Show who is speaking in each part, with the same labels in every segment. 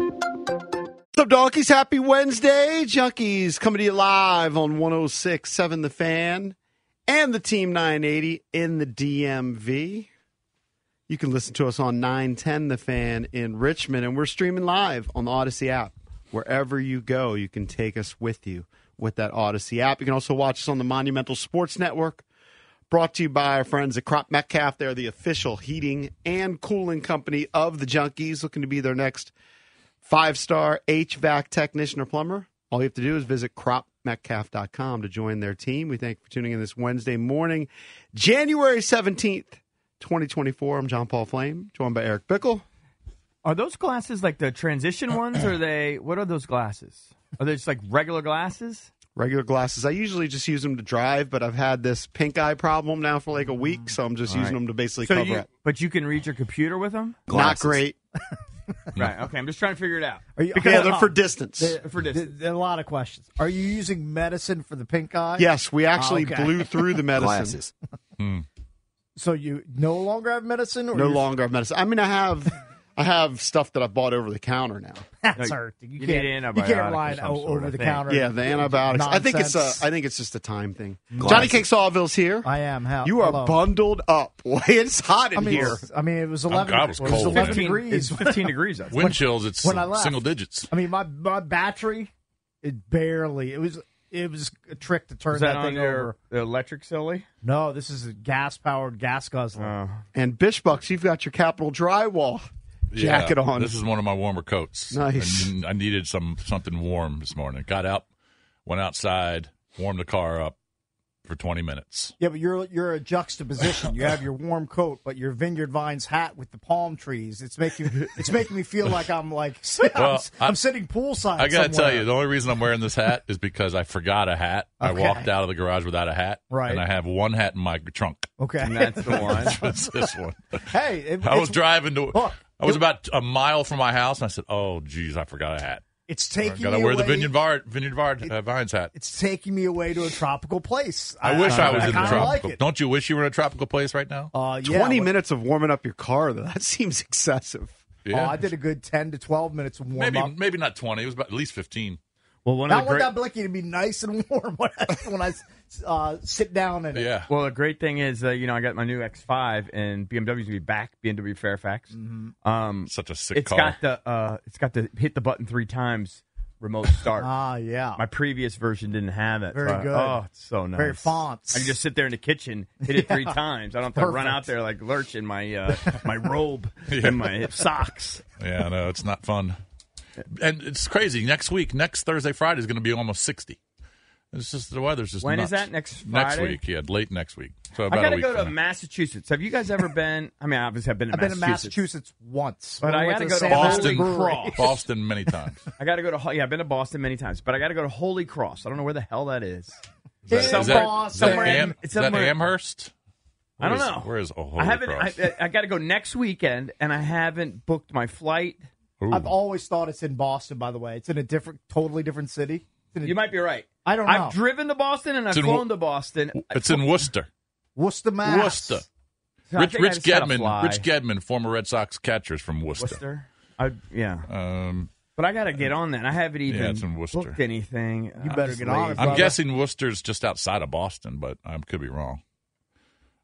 Speaker 1: What's up, donkeys? Happy Wednesday, junkies! Coming to you live on 106.7 The Fan and the Team 980 in the DMV. You can listen to us on 910 The Fan in Richmond, and we're streaming live on the Odyssey app. Wherever you go, you can take us with you with that Odyssey app. You can also watch us on the Monumental Sports Network, brought to you by our friends at Crop Metcalf. They're the official heating and cooling company of the junkies, looking to be their next five star HVAC technician or plumber. All you have to do is visit cropmetcalf.com to join their team. We thank you for tuning in this Wednesday morning, January 17th, 2024. I'm John Paul Flame, joined by Eric Bickle.
Speaker 2: Are those glasses like the transition ones? Or are they what are those glasses? Are they just like regular glasses?
Speaker 1: Regular glasses. I usually just use them to drive, but I've had this pink eye problem now for like a week, so I'm just using them to basically
Speaker 2: Mm-hmm. So
Speaker 1: cover
Speaker 2: you,
Speaker 1: it.
Speaker 2: but you can read your computer with them,
Speaker 1: Not great.
Speaker 2: right? Uh, Okay, I'm just trying to figure it out.
Speaker 3: you-
Speaker 1: Yeah, they're
Speaker 3: Oh,
Speaker 1: for distance.
Speaker 3: there-
Speaker 2: for distance.
Speaker 3: there- there are a lot of questions. Are you using medicine for the pink eye?
Speaker 1: yes, we actually
Speaker 3: Oh, okay.
Speaker 1: blew through the medicine.
Speaker 3: So you no longer have medicine, or
Speaker 1: No
Speaker 3: you-
Speaker 1: longer have medicine. I mean, I have, I have stuff that I bought over the counter now.
Speaker 3: That's
Speaker 2: No,
Speaker 3: hurt. You,
Speaker 2: you
Speaker 3: can't.
Speaker 2: need an
Speaker 3: you can't
Speaker 2: antibiotic
Speaker 3: rely
Speaker 2: of
Speaker 3: on
Speaker 2: some
Speaker 3: o-
Speaker 2: sort, I
Speaker 3: over the
Speaker 2: think.
Speaker 3: counter.
Speaker 1: Yeah, the antibiotics. I think it's
Speaker 3: Nonsense.
Speaker 1: a. I think it's just a time thing. Johnny Cake Sawville's here.
Speaker 3: I am. How
Speaker 1: You are
Speaker 3: hello.
Speaker 1: bundled up. Boy, it's hot in
Speaker 3: I mean,
Speaker 1: here.
Speaker 3: it's- I mean, it was eleven.
Speaker 4: God, it was
Speaker 3: it was
Speaker 4: cold,
Speaker 3: eleven
Speaker 4: man.
Speaker 2: Oh, It's
Speaker 3: degrees.
Speaker 2: 15 degrees. outside.
Speaker 4: Wind chills, it's
Speaker 3: when I left.
Speaker 4: single digits.
Speaker 3: I mean, my my battery, it barely. It was it was a trick to turn
Speaker 2: Is that
Speaker 3: thing
Speaker 2: on your
Speaker 3: over.
Speaker 2: the electric silly? Oh.
Speaker 3: No, this is a gas powered gas guzzler.
Speaker 1: And Bishbucks, you've got your capital drywall jacket
Speaker 4: Yeah,
Speaker 1: on.
Speaker 4: This is one of my warmer coats.
Speaker 1: Nice.
Speaker 4: I, n- I needed some something warm this morning. Got up, went outside, warmed the car up for 20 minutes.
Speaker 3: Yeah, but you're you're a juxtaposition. You have your warm coat, but your vineyard vines hat with the palm trees. It's making it's making me feel like I'm like I'm,
Speaker 4: Well, I-
Speaker 3: am sitting poolside.
Speaker 4: I gotta
Speaker 3: somewhere.
Speaker 4: tell you, the only reason I'm wearing this hat is because I forgot a hat. I
Speaker 3: Okay.
Speaker 4: walked out of the garage without a hat,
Speaker 3: Right.
Speaker 4: And I have one hat in my trunk.
Speaker 3: Okay.
Speaker 2: And that's the one.
Speaker 4: It's this one.
Speaker 3: hey, it,
Speaker 4: I was
Speaker 3: it's,
Speaker 4: driving to.
Speaker 3: Look,
Speaker 4: I was
Speaker 3: it-
Speaker 4: about a mile from my house, and I said, "Oh, geez, I forgot a hat.
Speaker 3: it's
Speaker 4: I
Speaker 3: taking
Speaker 4: gotta
Speaker 3: me
Speaker 4: wear
Speaker 3: away.
Speaker 4: the vineyard Var- vineyard Var- uh, vines hat."
Speaker 3: It's taking me away to a tropical place. Uh,
Speaker 4: I wish I was in
Speaker 3: kinda
Speaker 4: the tropical.
Speaker 3: Like it.
Speaker 4: Don't you wish you were in a tropical place right now?
Speaker 3: Uh, yeah,
Speaker 1: 20
Speaker 3: well,
Speaker 1: minutes of warming up your car, though. That seems excessive.
Speaker 3: Oh, I did a good ten to twelve minutes of warm
Speaker 4: maybe
Speaker 3: up.
Speaker 4: maybe not twenty. It was about at least fifteen.
Speaker 2: Well, one of
Speaker 3: Not
Speaker 2: the great,
Speaker 3: without blinking to be nice and warm when I, when I uh, sit down in it.
Speaker 4: Yeah.
Speaker 2: well, the great thing is, uh, you know, I got my new X5 and BMW's gonna be back. BMW Fairfax.
Speaker 3: Mm-hmm.
Speaker 2: Um,
Speaker 4: Such a sick
Speaker 2: it's
Speaker 4: car.
Speaker 2: got the uh, it's got the hit the button three times remote start.
Speaker 3: Ah, yeah.
Speaker 2: My previous version didn't have it. so
Speaker 3: Very
Speaker 2: I-
Speaker 3: good.
Speaker 2: Oh, it's so nice.
Speaker 3: Very fonts.
Speaker 2: I can just sit there in the kitchen, hit it three times. I don't have to run
Speaker 3: Perfect.
Speaker 2: out there like lurch in my uh, my robe and my socks.
Speaker 4: yeah, no, it's not fun. And it's crazy. Next week, next Thursday, Friday is going to be almost sixty. It's just the weather's just.
Speaker 2: When
Speaker 4: When
Speaker 2: is
Speaker 4: is
Speaker 2: that, next
Speaker 4: next
Speaker 2: Friday?
Speaker 4: week? Yeah, late next week. So
Speaker 2: I
Speaker 4: about a
Speaker 2: gotta
Speaker 4: week
Speaker 2: go to
Speaker 4: from now.
Speaker 2: Massachusetts. Have you guys ever been? I mean, obviously, I've been to
Speaker 3: I've been to Massachusetts once,
Speaker 2: But
Speaker 3: When
Speaker 2: I
Speaker 3: went
Speaker 2: gotta
Speaker 3: the
Speaker 2: go to
Speaker 3: San Jose
Speaker 4: Boston,
Speaker 3: Brewery.
Speaker 2: Cross.
Speaker 4: Boston, many times.
Speaker 2: I gotta go to Ho- yeah. I've been to Boston many times, but I gotta go to Holy Cross. I don't know where the hell that is.
Speaker 4: Is
Speaker 3: In
Speaker 4: that- is that
Speaker 3: Boston.
Speaker 4: Am-
Speaker 2: It's
Speaker 4: is that
Speaker 2: somewhere-
Speaker 4: Amherst?
Speaker 2: I don't
Speaker 4: Where is-
Speaker 2: know.
Speaker 4: Where is Holy
Speaker 2: I haven't. I,
Speaker 4: Cross?
Speaker 2: I, I gotta go next weekend, and I haven't booked my flight.
Speaker 4: Ooh.
Speaker 3: I've always thought it's in Boston. By the way, it's in a different, totally different city. It's in a-
Speaker 2: You might be right.
Speaker 3: I don't know.
Speaker 2: I've driven to Boston and I've
Speaker 4: in
Speaker 2: flown
Speaker 4: Wo-
Speaker 2: to Boston.
Speaker 4: it's in Worcester.
Speaker 3: Worcester, Mass.
Speaker 4: Worcester.
Speaker 2: So I
Speaker 4: Rich,
Speaker 2: think I
Speaker 4: Rich
Speaker 2: just gotta
Speaker 4: Gedman,
Speaker 2: fly.
Speaker 4: Rich Gedman, former Red Sox catcher, is from Worcester.
Speaker 2: Worcester. I, yeah,
Speaker 4: Um,
Speaker 2: but I got to get on that. I haven't even
Speaker 4: it's in Worcester.
Speaker 2: booked anything. You
Speaker 3: better get on it,
Speaker 4: I'm
Speaker 3: brother.
Speaker 4: guessing Worcester's just outside of Boston, but I could be wrong.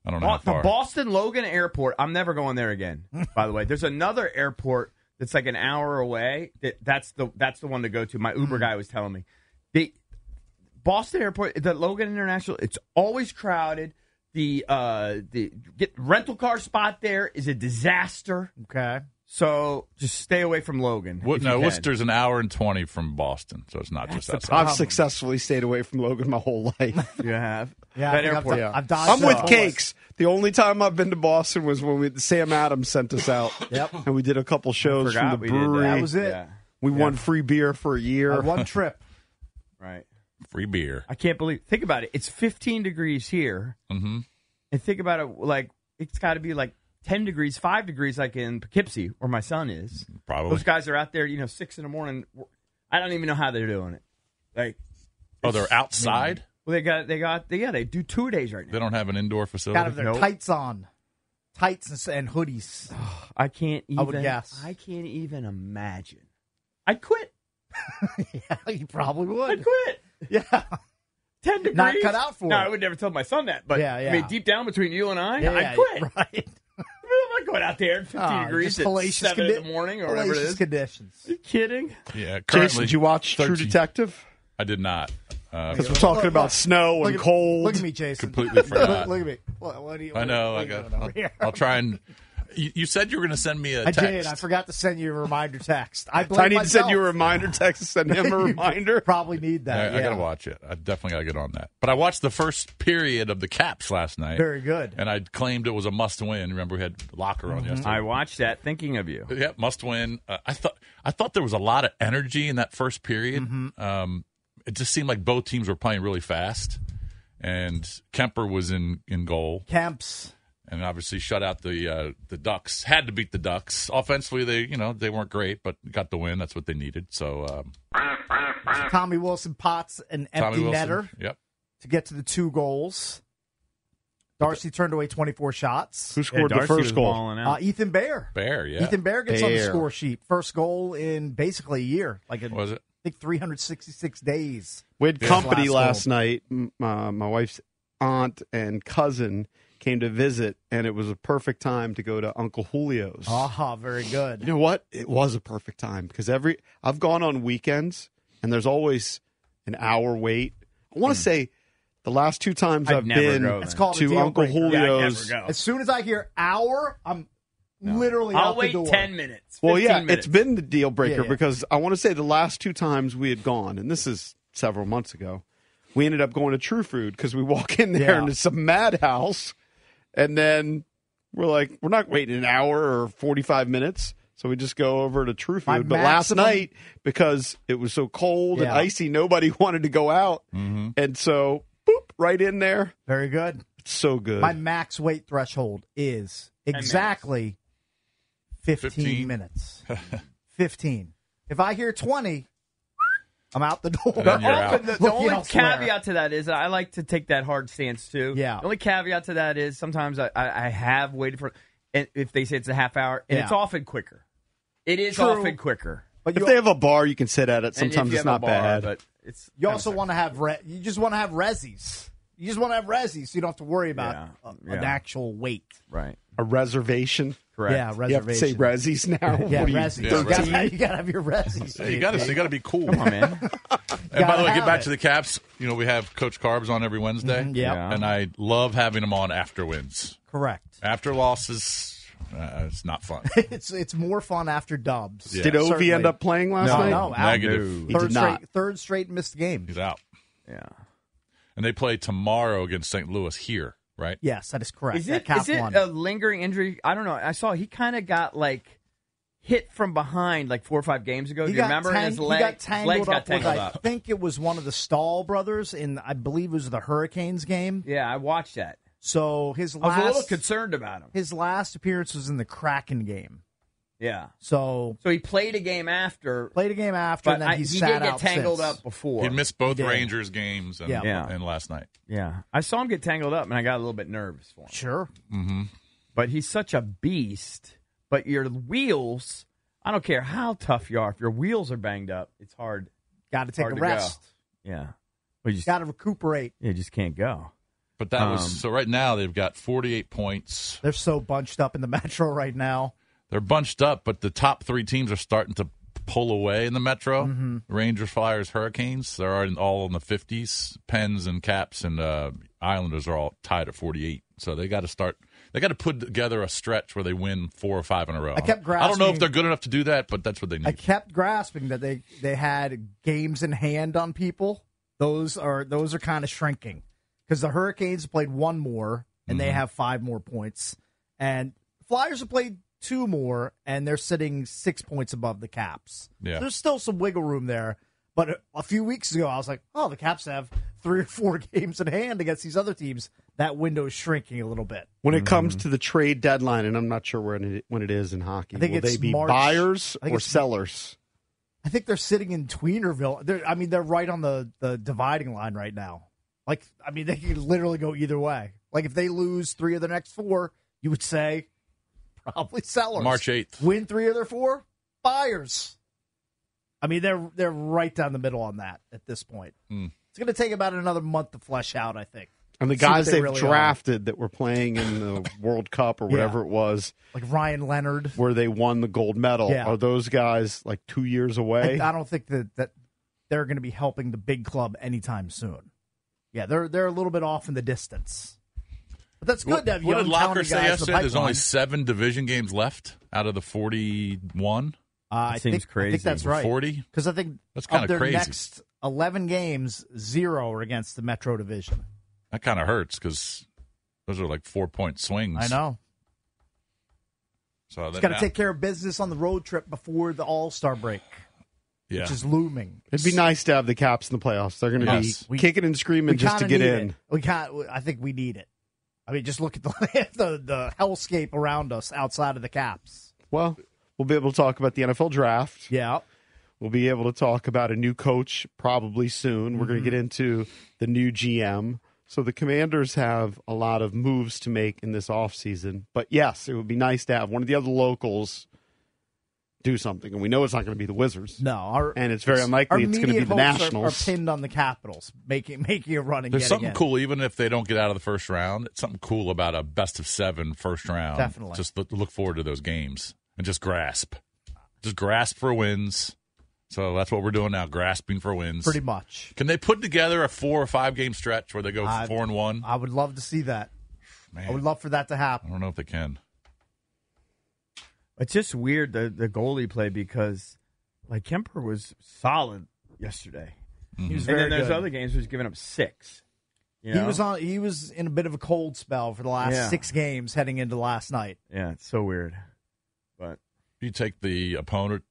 Speaker 4: I don't know
Speaker 2: Bo-
Speaker 4: how
Speaker 2: the
Speaker 4: far.
Speaker 2: Boston Logan Airport. I'm never going there again. by the way, there's another airport that's like an hour away. That, that's the that's the one to go to. My
Speaker 1: Mm.
Speaker 2: Uber guy was telling me the Boston Airport, the Logan International. It's always crowded. The uh the get rental car spot there is a disaster.
Speaker 3: Okay.
Speaker 2: So just stay away from Logan.
Speaker 4: Wo-
Speaker 2: if you
Speaker 4: no,
Speaker 2: can.
Speaker 4: Worcester's an hour and twenty from Boston, so it's not just
Speaker 3: the
Speaker 4: outside.
Speaker 1: I've successfully stayed away from Logan my whole life.
Speaker 2: You have
Speaker 3: Yeah, I
Speaker 2: that
Speaker 3: think I've
Speaker 2: airport.
Speaker 3: done- I've dodged
Speaker 1: I'm
Speaker 3: that
Speaker 1: with
Speaker 3: bullet.
Speaker 1: Cakes. The only time I've been to Boston was when we, Sam Adams sent us out.
Speaker 3: Yep.
Speaker 1: And we did a couple shows from the
Speaker 2: Forgot we did that.
Speaker 1: brewery.
Speaker 3: That was it.
Speaker 2: Yeah,
Speaker 1: we won free beer for a year.
Speaker 3: Uh, one trip.
Speaker 2: right.
Speaker 4: Free beer.
Speaker 2: I can't believe. Think about it. It's 15 degrees here,
Speaker 4: Mm-hmm.
Speaker 2: and think about it. Like it's got to be like 10 degrees, five degrees, like in Poughkeepsie, where my son is.
Speaker 4: Probably.
Speaker 2: Those guys are out there, you know, six in the morning. I don't even know how they're doing it. Like,
Speaker 4: oh, they're outside.
Speaker 2: well, they got, they got, they, yeah, they do two days right now.
Speaker 4: They don't have an indoor facility.
Speaker 3: Got to have their
Speaker 2: Nope.
Speaker 3: tights on, tights and, s- and hoodies.
Speaker 2: I can't even.
Speaker 3: I would guess.
Speaker 2: I can't even imagine. I'd quit.
Speaker 3: yeah, you
Speaker 2: I'd
Speaker 3: probably would.
Speaker 2: quit.
Speaker 3: Yeah,
Speaker 2: Ten degrees.
Speaker 3: Not cut out for
Speaker 2: No,
Speaker 3: it.
Speaker 2: I would never tell my son that. But
Speaker 3: Yeah,
Speaker 2: I mean,
Speaker 3: yeah.
Speaker 2: deep down between you and I,
Speaker 3: yeah,
Speaker 2: I'd
Speaker 3: yeah,
Speaker 2: quit.
Speaker 3: Right.
Speaker 2: I'm not going out there at 15
Speaker 3: Ah,
Speaker 2: degrees
Speaker 3: just
Speaker 2: at
Speaker 3: hellacious
Speaker 2: seven in
Speaker 3: condi-
Speaker 2: the morning or whatever it
Speaker 3: hellacious
Speaker 2: is.
Speaker 3: conditions.
Speaker 2: you kidding?
Speaker 4: yeah, currently.
Speaker 1: Jason, did you watch True
Speaker 4: 13.
Speaker 1: Detective?
Speaker 4: I did not. Uh,
Speaker 1: Because we're talking
Speaker 3: Look,
Speaker 1: about
Speaker 3: look,
Speaker 1: snow
Speaker 3: Look
Speaker 1: and
Speaker 3: at,
Speaker 1: cold.
Speaker 3: Look at me, Jason.
Speaker 4: Completely forgot.
Speaker 3: Look, look at me. What, what do you,
Speaker 4: I know.
Speaker 3: what
Speaker 4: I
Speaker 3: are you
Speaker 4: got.
Speaker 3: doing over
Speaker 4: I'll,
Speaker 3: here?
Speaker 4: I'll try and. You, you said you were going to send me a
Speaker 3: I
Speaker 4: text.
Speaker 3: did. I forgot to send you a reminder text. I, blame
Speaker 1: I need to send
Speaker 3: myself.
Speaker 1: you a reminder text to send him a
Speaker 3: You
Speaker 1: reminder.
Speaker 3: Probably need
Speaker 4: I,
Speaker 3: that.
Speaker 4: I
Speaker 3: yeah.
Speaker 4: gotta watch it. I definitely gotta get on that. But I watched the first period of the Caps last night,
Speaker 3: Very good. Mm-hmm.
Speaker 4: and I claimed it was a must-win. Remember, we had Locker on yesterday.
Speaker 2: I watched that thinking of you.
Speaker 4: Yeah, must win. Uh, I thought I thought there was a lot of energy in that first period.
Speaker 3: Mm-hmm.
Speaker 4: Um, it just seemed like both teams were playing really fast, and Kemper was in in goal,
Speaker 3: Camps.
Speaker 4: and obviously shut out the uh, the Ducks. Had to beat the Ducks offensively. They you know they weren't great, but got the win. That's what they needed. So um,
Speaker 3: Tommy Wilson pots an
Speaker 4: Tommy
Speaker 3: empty
Speaker 4: Wilson,
Speaker 3: netter
Speaker 4: Yep.
Speaker 3: to get to the two goals. Darcy turned away 24 shots.
Speaker 1: Who scored the first goal?
Speaker 3: Uh, Ethan Bear.
Speaker 4: Bear. Yeah.
Speaker 3: Ethan Bear gets on the
Speaker 1: Bear.
Speaker 3: score sheet. First goal in basically a year, like in, I
Speaker 4: was it?
Speaker 3: think 366 days.
Speaker 1: We had company last,
Speaker 3: Last
Speaker 1: night. M- Uh, my wife's aunt and cousin came to visit, and it was a perfect time to go to Uncle Julio's.
Speaker 3: Aha, very
Speaker 1: You
Speaker 3: good.
Speaker 1: know what? It was a perfect time because every I've gone on weekends, and there's always an hour wait. I want to say the last two times
Speaker 2: Hmm. I'd
Speaker 1: have
Speaker 2: never
Speaker 1: been
Speaker 2: go
Speaker 3: It's called a
Speaker 1: to
Speaker 3: deal
Speaker 1: Uncle
Speaker 3: breaker.
Speaker 2: Yeah, I'd
Speaker 1: Julio's.
Speaker 2: never go.
Speaker 3: As soon as I hear hour, I'm literally
Speaker 2: I'll
Speaker 3: out
Speaker 2: wait
Speaker 3: the door.
Speaker 2: 10 minutes.
Speaker 1: Well, yeah,
Speaker 2: 15 minutes.
Speaker 1: it's been the deal breaker
Speaker 3: Yeah, yeah.
Speaker 1: because I want to say the last two times we had gone, and this is several months ago, we ended up going to True Food because we walk in there
Speaker 3: Yeah.
Speaker 1: and it's a madhouse, and then we're like, we're not waiting an hour or forty five minutes. So we just go over to True Food.
Speaker 3: My
Speaker 1: but
Speaker 3: maximum-
Speaker 1: last night, because it was so cold and
Speaker 3: Yeah.
Speaker 1: icy, nobody wanted to go out. And so, boop, right in there.
Speaker 3: Very good.
Speaker 1: It's so good.
Speaker 3: My max weight threshold is
Speaker 2: minutes.
Speaker 3: exactly 15,
Speaker 4: 15.
Speaker 3: minutes. 15. If I hear 20, I'm out the door.
Speaker 4: And then you're
Speaker 2: Often
Speaker 4: out.
Speaker 2: The, the
Speaker 3: Look
Speaker 2: only
Speaker 3: elsewhere.
Speaker 2: caveat to that is I like to take that hard stance too.
Speaker 3: Yeah.
Speaker 2: The only caveat to that is sometimes I, I, I have waited for, and if they say it's a half hour, and
Speaker 3: Yeah.
Speaker 2: it's often quicker. It is
Speaker 3: True.
Speaker 2: often quicker.
Speaker 3: But
Speaker 1: if
Speaker 3: you,
Speaker 1: they have a bar, you can sit at it.
Speaker 2: And if
Speaker 1: Sometimes
Speaker 2: you
Speaker 1: it's
Speaker 2: have a
Speaker 1: not
Speaker 2: bar,
Speaker 1: bad.
Speaker 2: But it's
Speaker 3: you also want to have re- you just want to have resis. You just want to have resis. So you don't have to worry about
Speaker 2: Yeah.
Speaker 3: a- an
Speaker 2: Yeah.
Speaker 3: actual weight.
Speaker 2: right.
Speaker 1: a reservation.
Speaker 2: Correct.
Speaker 3: Yeah,
Speaker 1: You have to say
Speaker 3: reservation.
Speaker 1: resis now.
Speaker 3: yeah,
Speaker 1: What are you,
Speaker 3: resis.
Speaker 4: yeah,
Speaker 3: you, gotta,
Speaker 4: resis.
Speaker 3: you gotta have your resis.
Speaker 4: Yeah, you got to you got to be cool.
Speaker 2: Come on, man.
Speaker 4: And by
Speaker 3: Gotta
Speaker 4: the way, get
Speaker 3: have
Speaker 4: back
Speaker 3: it. Mm-hmm.
Speaker 4: to the Caps. You know, we have Coach Carbs on every Wednesday.
Speaker 3: yeah.
Speaker 2: Yeah.
Speaker 4: And I love having him on after wins.
Speaker 3: correct.
Speaker 4: After losses, uh, it's not fun.
Speaker 3: It's it's more fun after dubs.
Speaker 4: Yeah.
Speaker 1: Did Ovi
Speaker 3: Certainly.
Speaker 1: end up playing last
Speaker 3: No,
Speaker 1: night?
Speaker 3: no, out.
Speaker 4: Negative.
Speaker 1: He
Speaker 3: Third
Speaker 1: did
Speaker 3: straight,
Speaker 1: not.
Speaker 3: third straight missed game.
Speaker 4: He's out.
Speaker 2: Yeah.
Speaker 4: And they play tomorrow against St. Louis here, right?
Speaker 3: Yes, that is correct.
Speaker 2: Is
Speaker 3: That
Speaker 2: it,
Speaker 3: cap
Speaker 2: is it
Speaker 3: one.
Speaker 2: a lingering injury? I don't know. I saw he kind of got like hit from behind like four or five games ago. Do you remember? And his
Speaker 3: tank- he
Speaker 2: leg,
Speaker 3: got
Speaker 2: his
Speaker 3: tangled
Speaker 2: legs got
Speaker 3: up with,
Speaker 2: tangled
Speaker 3: I
Speaker 2: up.
Speaker 3: think it was one of the Stahl brothers in, I believe it was the Hurricanes game.
Speaker 2: Yeah, I watched that.
Speaker 3: So his
Speaker 2: I was a little
Speaker 3: last
Speaker 2: concerned about him.
Speaker 3: his last appearance was in the Kraken game.
Speaker 2: Yeah.
Speaker 3: So
Speaker 2: So he played a game after,
Speaker 3: played a game after,
Speaker 2: but
Speaker 3: and then
Speaker 2: I,
Speaker 3: he,
Speaker 2: he,
Speaker 3: sat
Speaker 2: did get
Speaker 3: out
Speaker 2: tangled
Speaker 3: since.
Speaker 2: up before.
Speaker 4: He missed both
Speaker 3: He did.
Speaker 4: Rangers games and,
Speaker 3: Yeah.
Speaker 2: Yeah.
Speaker 4: and last night.
Speaker 2: yeah, I saw him get tangled up, and I got a little bit nervous for him.
Speaker 3: Sure,
Speaker 4: Mm-hmm.
Speaker 2: But he's such a beast. But your wheels, I don't care how tough you are, if your wheels are banged up, it's hard.
Speaker 3: got to take
Speaker 2: Hard
Speaker 3: a
Speaker 2: to go.
Speaker 3: rest.
Speaker 2: Yeah, but you just,
Speaker 3: Got to recuperate.
Speaker 2: you just can't go.
Speaker 4: But that
Speaker 1: Um,
Speaker 4: was so. Right now they've got 48 points.
Speaker 3: They're so bunched up in the Metro right now.
Speaker 4: They're bunched up, but the top three teams are starting to pull away in the Metro.
Speaker 3: Mm-hmm.
Speaker 4: Rangers, Flyers, Hurricanes. They're already all in the 50s. Pens and Caps and uh, Islanders are all tied at 48. So they got to start. They got to put together a stretch where they win four or five in a row.
Speaker 3: I kept
Speaker 4: I don't know
Speaker 3: grasping-
Speaker 4: if they're good enough to do that, but that's what they need.
Speaker 3: I kept grasping that they they had games in hand on people. Those are those are kind of shrinking because the Hurricanes played one more and they have five more points, and Flyers have played two more and they're sitting six points above the Caps.
Speaker 4: Yeah.
Speaker 3: there's still some wiggle room there. But a- a few weeks ago, I was like, "Oh, the Caps have three or four games in hand against these other teams. That window is shrinking a little bit."
Speaker 1: When it comes
Speaker 2: Mm-hmm.
Speaker 1: to the trade deadline, and I'm not sure when it, when it is in hockey,
Speaker 3: I think
Speaker 1: will
Speaker 3: it's
Speaker 1: they be
Speaker 3: March-
Speaker 1: buyers
Speaker 3: I think
Speaker 1: or
Speaker 3: it's-
Speaker 1: sellers?
Speaker 3: I think they're sitting in Tweenerville. They're, I mean, they're right on the, the dividing line right now. Like, I mean, they could literally go either way. Like, if they lose three of their next four, you would say probably sellers.
Speaker 4: March 8th.
Speaker 3: Win three of their four, buyers. I mean, they're they're right down the middle on that at this point. It's going to take about another month to flesh out, I think.
Speaker 1: And the
Speaker 3: See what
Speaker 1: guys
Speaker 3: they
Speaker 1: they have
Speaker 3: really are.
Speaker 1: drafted that were playing in the World Cup or
Speaker 3: Yeah.
Speaker 1: whatever it was,
Speaker 3: Like Ryan Leonard.
Speaker 1: where they won the gold medal,
Speaker 3: Yeah.
Speaker 1: are those guys like two years away?
Speaker 3: I, I don't think that, that they're going to be helping the big club anytime soon. Yeah, they're they're a little bit off in the distance. But that's good
Speaker 4: What,
Speaker 3: to have
Speaker 4: what
Speaker 3: young
Speaker 4: did Locker
Speaker 3: talented
Speaker 4: say
Speaker 3: guys in the
Speaker 4: yesterday? There's only
Speaker 3: pipeline.
Speaker 4: seven division games left out of the 41.
Speaker 3: Uh, I
Speaker 2: That seems
Speaker 3: think, I
Speaker 2: crazy.
Speaker 3: think that's right.
Speaker 4: 40?
Speaker 3: Because I think
Speaker 4: That's
Speaker 3: of
Speaker 4: kinda
Speaker 3: their
Speaker 4: crazy.
Speaker 3: next eleven games, zero are against the Metro Division.
Speaker 4: That kind of hurts because those are like four point swings.
Speaker 3: I know.
Speaker 4: So
Speaker 3: It's
Speaker 4: that-
Speaker 3: got to take care of business on the road trip before the All Star break,
Speaker 4: yeah.
Speaker 3: which is looming.
Speaker 1: It'd be nice to have the Caps in the playoffs. They're going to
Speaker 4: Yes.
Speaker 1: be
Speaker 3: We-
Speaker 1: kicking and screaming just to
Speaker 3: kinda
Speaker 1: get
Speaker 3: need
Speaker 1: in.
Speaker 3: It. We can I think we need it. I mean, just look at the the, the hellscape around us outside of the Caps.
Speaker 1: Well, we'll be able to talk about the NFL draft.
Speaker 3: Yeah.
Speaker 1: We'll be able to talk about a new coach probably soon. We're going to get into the new GM. So the Commanders have a lot of moves to make in this offseason. But yes, it would be nice to have one of the other locals do something. And we know it's not going to be the Wizards.
Speaker 3: No, our
Speaker 1: And it's very unlikely
Speaker 3: our
Speaker 1: it's gonna be
Speaker 3: media
Speaker 1: the
Speaker 3: hopes are-
Speaker 1: Nationals.
Speaker 3: Are, pinned on the Capitals, making making a run and
Speaker 4: There's
Speaker 3: getting
Speaker 4: something
Speaker 3: in.
Speaker 4: cool, even if they don't get out of the first round. It's something cool about a best of seven first round.
Speaker 3: Definitely.
Speaker 4: Just look, look forward to those games and just grasp, just grasp for wins. So that's what we're doing now, grasping for wins.
Speaker 3: Pretty much,
Speaker 4: Can they put together a four or five game stretch where they go
Speaker 3: I-
Speaker 4: four and one?
Speaker 3: I would love to see that.
Speaker 4: Man,
Speaker 3: I would love for that to
Speaker 4: I
Speaker 3: happen.
Speaker 4: don't know if they can.
Speaker 2: It's just weird the the goalie play because like Kemper was solid yesterday,
Speaker 4: Mm-hmm.
Speaker 3: He was
Speaker 2: and
Speaker 3: very
Speaker 2: then there's
Speaker 3: good.
Speaker 2: other games where he's giving up six. You
Speaker 3: He
Speaker 2: know?
Speaker 3: was on. He was in a bit of a cold spell for the last
Speaker 2: Yeah.
Speaker 3: six games heading into last night.
Speaker 2: Yeah, it's so weird. But
Speaker 4: You take the opponent,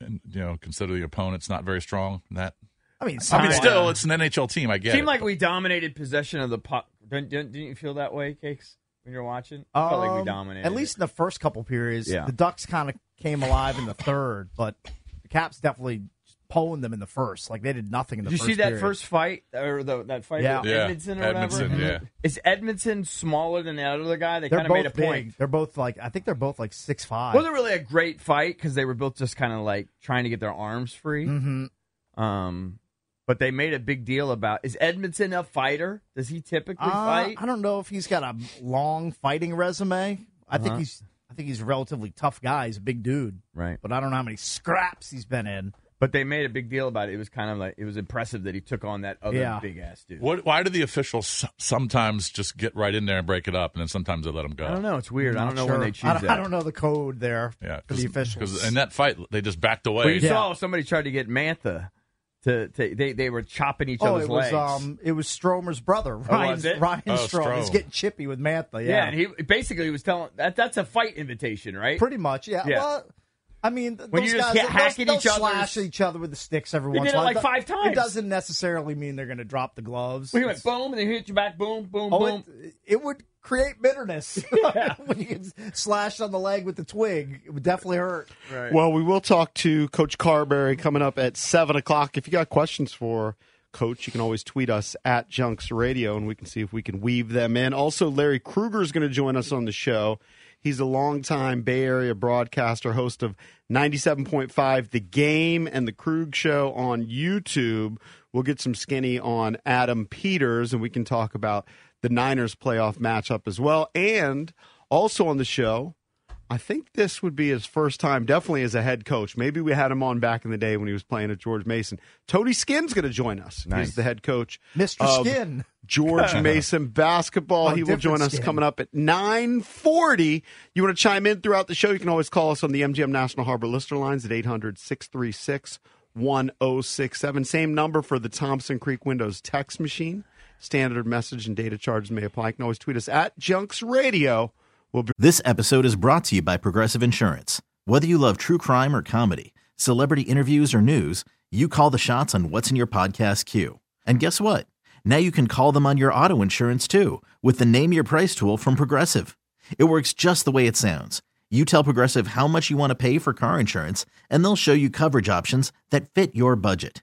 Speaker 4: and you know, consider the opponent's not very strong. in That
Speaker 3: I mean,
Speaker 4: I mean,
Speaker 3: somewhat.
Speaker 4: still, it's an NHL team. I get.
Speaker 2: seemed
Speaker 4: it.
Speaker 2: like we dominated possession of the puck. Didn't, didn't, didn't you feel that way, Cakes, when you're watching? I felt like we
Speaker 3: Um,
Speaker 2: dominated.
Speaker 3: At least in the first couple periods,
Speaker 2: Yeah.
Speaker 3: the Ducks kind of came alive in the third, but the Caps definitely pwned them in the first. Like they did nothing in the
Speaker 2: Did you
Speaker 3: first.
Speaker 2: see that
Speaker 3: period.
Speaker 2: first fight or the, that fight
Speaker 3: Yeah.
Speaker 2: with
Speaker 4: Yeah,
Speaker 2: Edmondson or
Speaker 4: Edmondson,
Speaker 2: whatever?
Speaker 4: yeah.
Speaker 2: Is Edmondson smaller than that other guy? They
Speaker 3: They're
Speaker 2: kind of made a
Speaker 3: both big.
Speaker 2: point.
Speaker 3: They're both like I think they're both like six five.
Speaker 2: Wasn't really a great fight because they were both just kind of like trying to get their arms free.
Speaker 3: mm-hmm.
Speaker 2: Um, but they made a big deal about is Edmondson a fighter? Does he typically
Speaker 3: Uh,
Speaker 2: fight?
Speaker 3: I don't know if he's got a long fighting resume. I think he's I think he's a relatively tough guy. He's a big dude,
Speaker 2: Uh-huh. Right.
Speaker 3: but I don't know how many scraps he's been in.
Speaker 2: But they made a big deal about it. It was kind of like it was impressive that he took on that other
Speaker 3: Yeah.
Speaker 2: big ass dude.
Speaker 4: What, why do the officials so- sometimes just get right in there and break it up, and then sometimes they let them go?
Speaker 2: I don't know. It's weird. I don't know
Speaker 3: Sure.
Speaker 2: when they choose
Speaker 3: I, don't-
Speaker 2: that.
Speaker 3: I don't know the code there
Speaker 4: Yeah,
Speaker 3: for the officials.
Speaker 4: Because in that fight, they just backed away.
Speaker 2: But you
Speaker 3: Yeah.
Speaker 2: saw somebody tried to get Mantha to, to they they were chopping each
Speaker 3: oh,
Speaker 2: other's
Speaker 3: it was
Speaker 2: legs.
Speaker 3: um, it was Stromer's brother, Ryan.
Speaker 2: was it?
Speaker 3: Ryan
Speaker 4: Oh,
Speaker 3: Strom.
Speaker 4: Strome.
Speaker 3: He's getting chippy with Mantha.
Speaker 2: yeah. and he basically he was telling that that's a fight invitation, right?
Speaker 3: pretty much. Yeah.
Speaker 2: Yeah.
Speaker 3: Well, I mean, th-
Speaker 2: When
Speaker 3: those
Speaker 2: you just
Speaker 3: guys
Speaker 2: get
Speaker 3: they'll-
Speaker 2: hack at
Speaker 3: they'll
Speaker 2: each other's-
Speaker 3: slash each other with the sticks every
Speaker 2: They
Speaker 3: once
Speaker 2: did it
Speaker 3: in a while.
Speaker 2: like five
Speaker 3: It
Speaker 2: times.
Speaker 3: doesn't necessarily mean they're going to drop the gloves.
Speaker 2: Well, he went
Speaker 3: It's-
Speaker 2: boom, and then he hit you back, boom, boom,
Speaker 3: Oh,
Speaker 2: boom.
Speaker 3: it, it would create bitterness when you get slashed on the leg with the twig. It would definitely hurt.
Speaker 2: Right.
Speaker 1: Well, we will talk to Coach Carberry coming up at 7 o'clock. If you got questions for Coach, you can always tweet us at Junks Radio and we can see if we can weave them in. Also, Larry Kruger is going to join us on the show. He's a longtime Bay Area broadcaster, host of 97.5 The Game and The Krug Show on YouTube. We'll get some skinny on Adam Peters and we can talk about the Niners playoff matchup as well. And also on the show, I think this would be his first time, definitely as a head coach. Maybe we had him on back in the day when he was playing at George Mason. Tony Skin's going to join us.
Speaker 2: Nice.
Speaker 1: He's the head coach.
Speaker 3: Mr.
Speaker 1: of
Speaker 3: Skin.
Speaker 1: George Mason basketball.
Speaker 3: Oh,
Speaker 1: he will
Speaker 3: different
Speaker 1: join us
Speaker 3: skin.
Speaker 1: coming up at 940. You want to chime in throughout the show? You can always call us on the MGM National Harbor Lister lines at 800-636-1067. Same number for the Thompson Creek Windows text machine. Standard message and data charges may apply. You can always tweet us at Junks Radio. We'll be
Speaker 5: This episode is brought to you by Progressive Insurance. Whether you love true crime or comedy, celebrity interviews or news, you call the shots on what's in your podcast queue. And guess what? Now you can call them on your auto insurance too with the Name Your Price tool from Progressive. It works just the way it sounds. You tell Progressive how much you want to pay for car insurance, and they'll show you coverage options that fit your budget.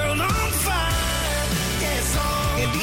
Speaker 6: on fire. Yes, all.
Speaker 7: and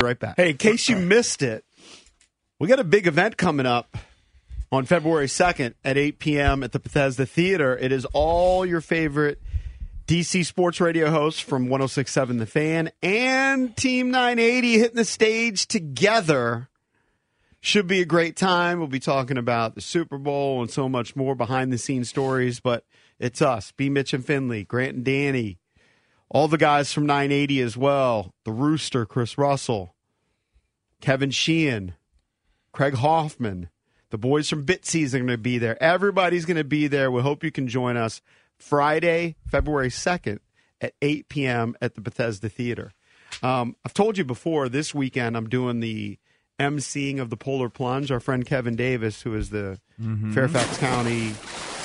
Speaker 1: right back. Hey, in case you missed it, we got a big event coming up on February 2nd at 8 p.m. at the Bethesda Theater. It is all your favorite DC sports radio hosts from 1067 The Fan and Team 980 hitting the stage together. Should be a great time. We'll be talking about the Super Bowl and so much more behind the scenes stories, but it's us, B. Mitch and Finley, Grant and Danny, all the guys from 980 as well, the Rooster, Chris Russell, Kevin Sheehan, Craig Hoffman. The boys from Bitsees are going to be there. Everybody's going to be there. We hope you can join us Friday, February 2nd at 8 p.m. at the Bethesda Theater. Um, I've told you before, this weekend I'm doing the emceeing of the Polar Plunge. Our friend Kevin Davis, who is the Fairfax County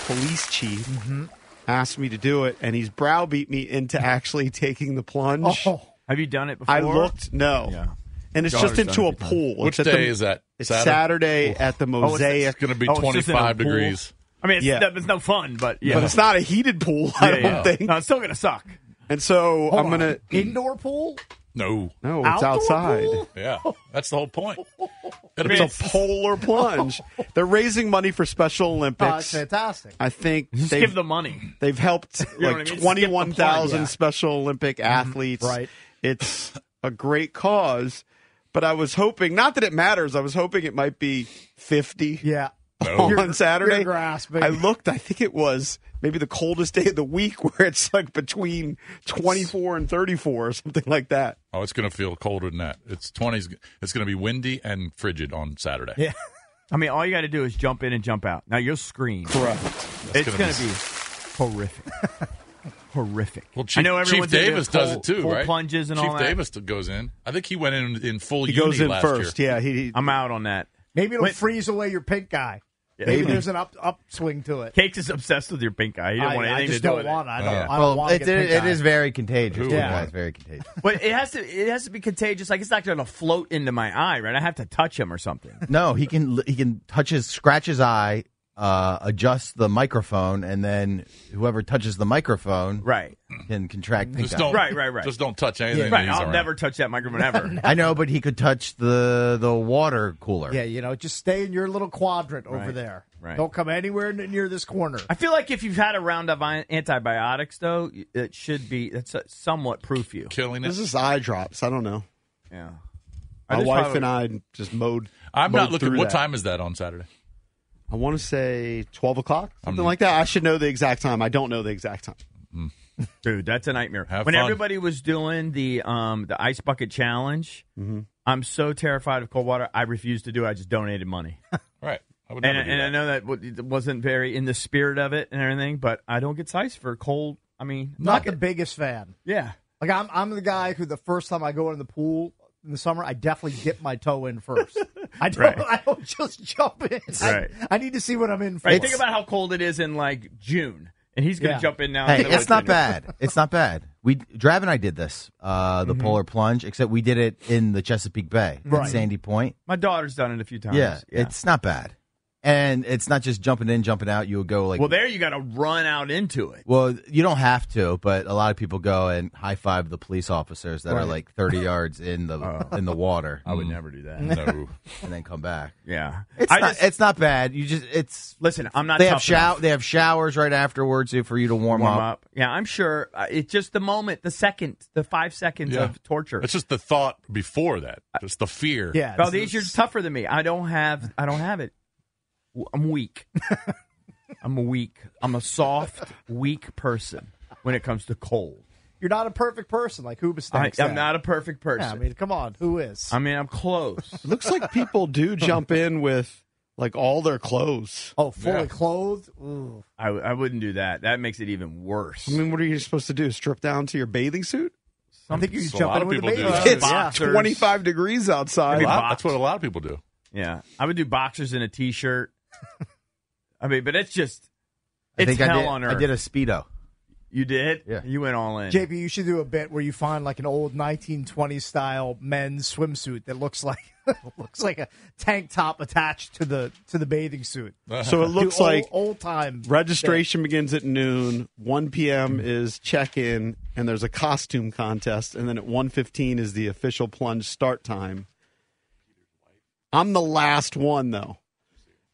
Speaker 1: police chief, asked me to do it, and he's browbeat me into actually taking the plunge.
Speaker 3: Oh,
Speaker 2: Have you done it before?
Speaker 1: I looked, no. And it's
Speaker 2: Daughter's
Speaker 1: just into
Speaker 2: done
Speaker 1: a
Speaker 2: it.
Speaker 1: pool. It's
Speaker 4: Which
Speaker 1: at the-
Speaker 4: day is that?
Speaker 1: It's
Speaker 4: Saturday?
Speaker 1: Saturday at the
Speaker 2: Oh. it's-
Speaker 1: Mosaic.
Speaker 4: It's going to be
Speaker 2: Oh, it's just in a
Speaker 4: 25
Speaker 2: pool.
Speaker 4: degrees.
Speaker 2: I mean, it's,
Speaker 1: Yeah.
Speaker 2: it's no fun, but yeah.
Speaker 1: But it's not a heated pool, I
Speaker 2: Yeah,
Speaker 1: don't
Speaker 2: yeah.
Speaker 1: think.
Speaker 2: No, it's still gonna suck.
Speaker 1: And so
Speaker 3: hold
Speaker 1: I'm
Speaker 3: on.
Speaker 1: gonna
Speaker 3: indoor pool.
Speaker 4: No.
Speaker 1: no, it's
Speaker 3: Outdoor
Speaker 1: outside.
Speaker 3: pool?
Speaker 4: Yeah. That's the whole point. It'll be
Speaker 1: It's a polar plunge. They're raising money for Special
Speaker 3: Oh, that's
Speaker 1: Olympics.
Speaker 3: fantastic.
Speaker 1: I think
Speaker 2: Just
Speaker 1: they've,
Speaker 2: give the money.
Speaker 1: they've helped
Speaker 2: know what I
Speaker 1: like
Speaker 2: mean? Skip the plunge,
Speaker 1: 21,000
Speaker 3: yeah.
Speaker 1: Special Olympic athletes.
Speaker 3: right.
Speaker 1: It's a great cause, but I was hoping not that it matters. I was hoping it might be 50.
Speaker 3: Yeah.
Speaker 1: on Saturday.
Speaker 3: you're grasping.
Speaker 1: I looked, I think it was maybe the coldest day of the week where it's like between 24 and 34 or something like that.
Speaker 4: Oh, it's going to feel colder than that. It's 20s. It's going to be windy and frigid on Saturday.
Speaker 3: Yeah.
Speaker 2: I mean, all you got to do is jump in and jump out. Now you'll scream.
Speaker 1: Correct.
Speaker 2: It's
Speaker 4: gonna
Speaker 2: gonna
Speaker 4: be-
Speaker 2: be horrific. horrific.
Speaker 4: Well, Chief,
Speaker 2: I know everyone's
Speaker 4: Chief
Speaker 2: gonna do
Speaker 4: Davis
Speaker 2: cold-
Speaker 4: does it too,
Speaker 2: cold
Speaker 4: right?
Speaker 2: Plunges and
Speaker 4: Chief
Speaker 2: all that.
Speaker 4: Davis goes in. I think he went in in full
Speaker 1: He
Speaker 4: uni
Speaker 1: goes in
Speaker 4: last
Speaker 1: first.
Speaker 4: year.
Speaker 1: Yeah, he, he-
Speaker 2: I'm out on that.
Speaker 3: Maybe it'll
Speaker 2: Wait.
Speaker 3: freeze away your pink eye. Maybe there's an up upswing to it.
Speaker 2: Cakes is obsessed with your pink eye. He didn't
Speaker 3: I,
Speaker 2: want
Speaker 3: I
Speaker 2: anything
Speaker 3: just
Speaker 2: to do
Speaker 3: don't
Speaker 2: with
Speaker 3: want. It. I don't.
Speaker 4: Yeah.
Speaker 3: I don't
Speaker 8: Well,
Speaker 3: want to
Speaker 8: it,
Speaker 3: get
Speaker 8: it,
Speaker 3: pink
Speaker 8: it
Speaker 3: eye.
Speaker 8: is very contagious.
Speaker 3: Yeah.
Speaker 8: Yeah, it's very contagious.
Speaker 2: it. But it has to. It has to be contagious. Like it's not going to float into my eye, right? I have to touch him or something.
Speaker 8: no, he can he can touch his scratch his eye, uh, adjust the microphone, and then whoever touches the microphone
Speaker 2: Right.
Speaker 8: can contract.
Speaker 4: Just
Speaker 8: pink
Speaker 4: don't,
Speaker 8: eye.
Speaker 2: Right, right, right.
Speaker 4: Just don't touch anything. that
Speaker 2: Right.
Speaker 4: he's
Speaker 2: I'll
Speaker 4: around.
Speaker 2: never touch that microphone ever.
Speaker 8: I know, but he could touch the the water cooler.
Speaker 3: Yeah, you know, just stay in your little quadrant over
Speaker 2: Right.
Speaker 3: there.
Speaker 2: Right.
Speaker 3: Don't come anywhere n- near this corner.
Speaker 2: I feel like if you've had a round of i- antibiotics, though, it should be that's uh, somewhat proof you.
Speaker 4: killing it.
Speaker 1: this is eye drops. I don't know.
Speaker 2: Yeah.
Speaker 1: My
Speaker 2: just
Speaker 1: wife
Speaker 2: probably-
Speaker 1: and I just mowed.
Speaker 4: I'm
Speaker 1: mowed
Speaker 4: not looking.
Speaker 1: through
Speaker 4: What
Speaker 1: that.
Speaker 4: time is that on Saturday?
Speaker 1: I want to say 12 o'clock, something
Speaker 3: Mm-hmm.
Speaker 1: like that. I should know the exact time. I don't know the exact time.
Speaker 3: Mm.
Speaker 2: Dude, that's a nightmare.
Speaker 4: Have
Speaker 2: when
Speaker 4: fun.
Speaker 2: everybody was doing the um the ice bucket challenge,
Speaker 3: Mm-hmm.
Speaker 2: I'm so terrified of cold water. I refused to do. it. I just donated money,
Speaker 4: Right. I would
Speaker 2: and
Speaker 4: never
Speaker 2: I,
Speaker 4: do
Speaker 2: and I
Speaker 4: that.
Speaker 2: know that wa- it wasn't very in the spirit of it and everything. But I don't get size for cold. I mean,
Speaker 3: Not the biggest fan.
Speaker 2: yeah.
Speaker 3: Like I'm, I'm the guy who the first time I go in the pool in the summer, I definitely dip my toe in first. I don't,
Speaker 2: Right.
Speaker 3: I don't just jump in. I-
Speaker 2: Right.
Speaker 3: I, need to see what I'm in for.
Speaker 2: Right. Think about how cold it is in like June, and he's gonna
Speaker 3: Yeah.
Speaker 2: jump in now.
Speaker 8: Hey,
Speaker 2: and then
Speaker 8: it's not
Speaker 2: like-
Speaker 8: bad. It's not bad. We Drav and I did this, uh,
Speaker 2: Mm-hmm.
Speaker 8: the polar plunge, except we did it in the Chesapeake Bay,
Speaker 3: Right.
Speaker 8: at Sandy Point.
Speaker 2: My daughter's done it a few times.
Speaker 8: Yeah, it's not bad, and it's not just jumping in, jumping out. You would go like,
Speaker 2: well, there you got to run out into it.
Speaker 8: Well, you don't have to, but a lot of people go and high five the police officers that are
Speaker 3: Right.
Speaker 8: like thirty yards in the in the water,
Speaker 2: Oh. I would never do that.
Speaker 4: No.
Speaker 8: and then come back.
Speaker 2: Yeah,
Speaker 8: It's
Speaker 2: I
Speaker 8: not,
Speaker 2: just-
Speaker 8: it's not bad. You just it's
Speaker 2: listen. I'm not.
Speaker 8: they have
Speaker 2: tough enough.
Speaker 8: shower they have showers right afterwards for you to warm,
Speaker 2: warm
Speaker 8: up.
Speaker 2: up. Yeah, I'm sure. Uh, it's just the moment, the second, the five seconds
Speaker 4: Yeah.
Speaker 2: of torture.
Speaker 4: It's just the thought before that. Just the fear.
Speaker 3: yeah.
Speaker 2: Well,
Speaker 3: this
Speaker 2: these are
Speaker 3: is-
Speaker 2: tougher than me. I don't have. I don't have it. W- I'm weak. I'm weak. I'm a soft, weak person when it comes to cold.
Speaker 3: you're not a perfect person like Hubas
Speaker 2: I,
Speaker 3: thinks.
Speaker 2: I'm not a perfect person.
Speaker 3: I mean, come on, who is?
Speaker 2: I mean, I'm close.
Speaker 1: It looks like people do jump in with like all their clothes.
Speaker 3: oh, fully
Speaker 4: Yeah.
Speaker 3: clothed. Ooh.
Speaker 2: I, I wouldn't do that. That makes it even worse.
Speaker 1: I mean, what are you supposed to do? Strip down to your bathing suit?
Speaker 3: I think you
Speaker 4: It's
Speaker 3: just
Speaker 4: a
Speaker 3: jump
Speaker 4: lot
Speaker 3: in
Speaker 4: of
Speaker 3: with the
Speaker 4: people
Speaker 3: baby.
Speaker 4: do that.
Speaker 3: Yeah.
Speaker 2: Box. Boxers.
Speaker 1: 25 degrees
Speaker 4: A
Speaker 1: outside.
Speaker 2: Maybe
Speaker 4: lot-
Speaker 2: box.
Speaker 4: that's what a lot of people do.
Speaker 2: Yeah, I would do boxers and a t-shirt. I mean, but it's just
Speaker 8: I
Speaker 2: it's
Speaker 8: think
Speaker 2: hell
Speaker 8: I did,
Speaker 2: on
Speaker 8: I
Speaker 2: earth.
Speaker 8: did a speedo.
Speaker 2: you did.
Speaker 8: Yeah.
Speaker 2: you went all in.
Speaker 3: JP, you should do a bit where you find like an old 1920s style men's swimsuit that looks like looks like a tank top attached to the to the bathing suit.
Speaker 1: So it looks
Speaker 3: Do Uh-huh. old-
Speaker 1: like
Speaker 3: old time
Speaker 1: registration begins at noon. 1 p.m. is check-in, and there's a costume contest, and then at 1:15 is the official plunge start time. I'm the last one though,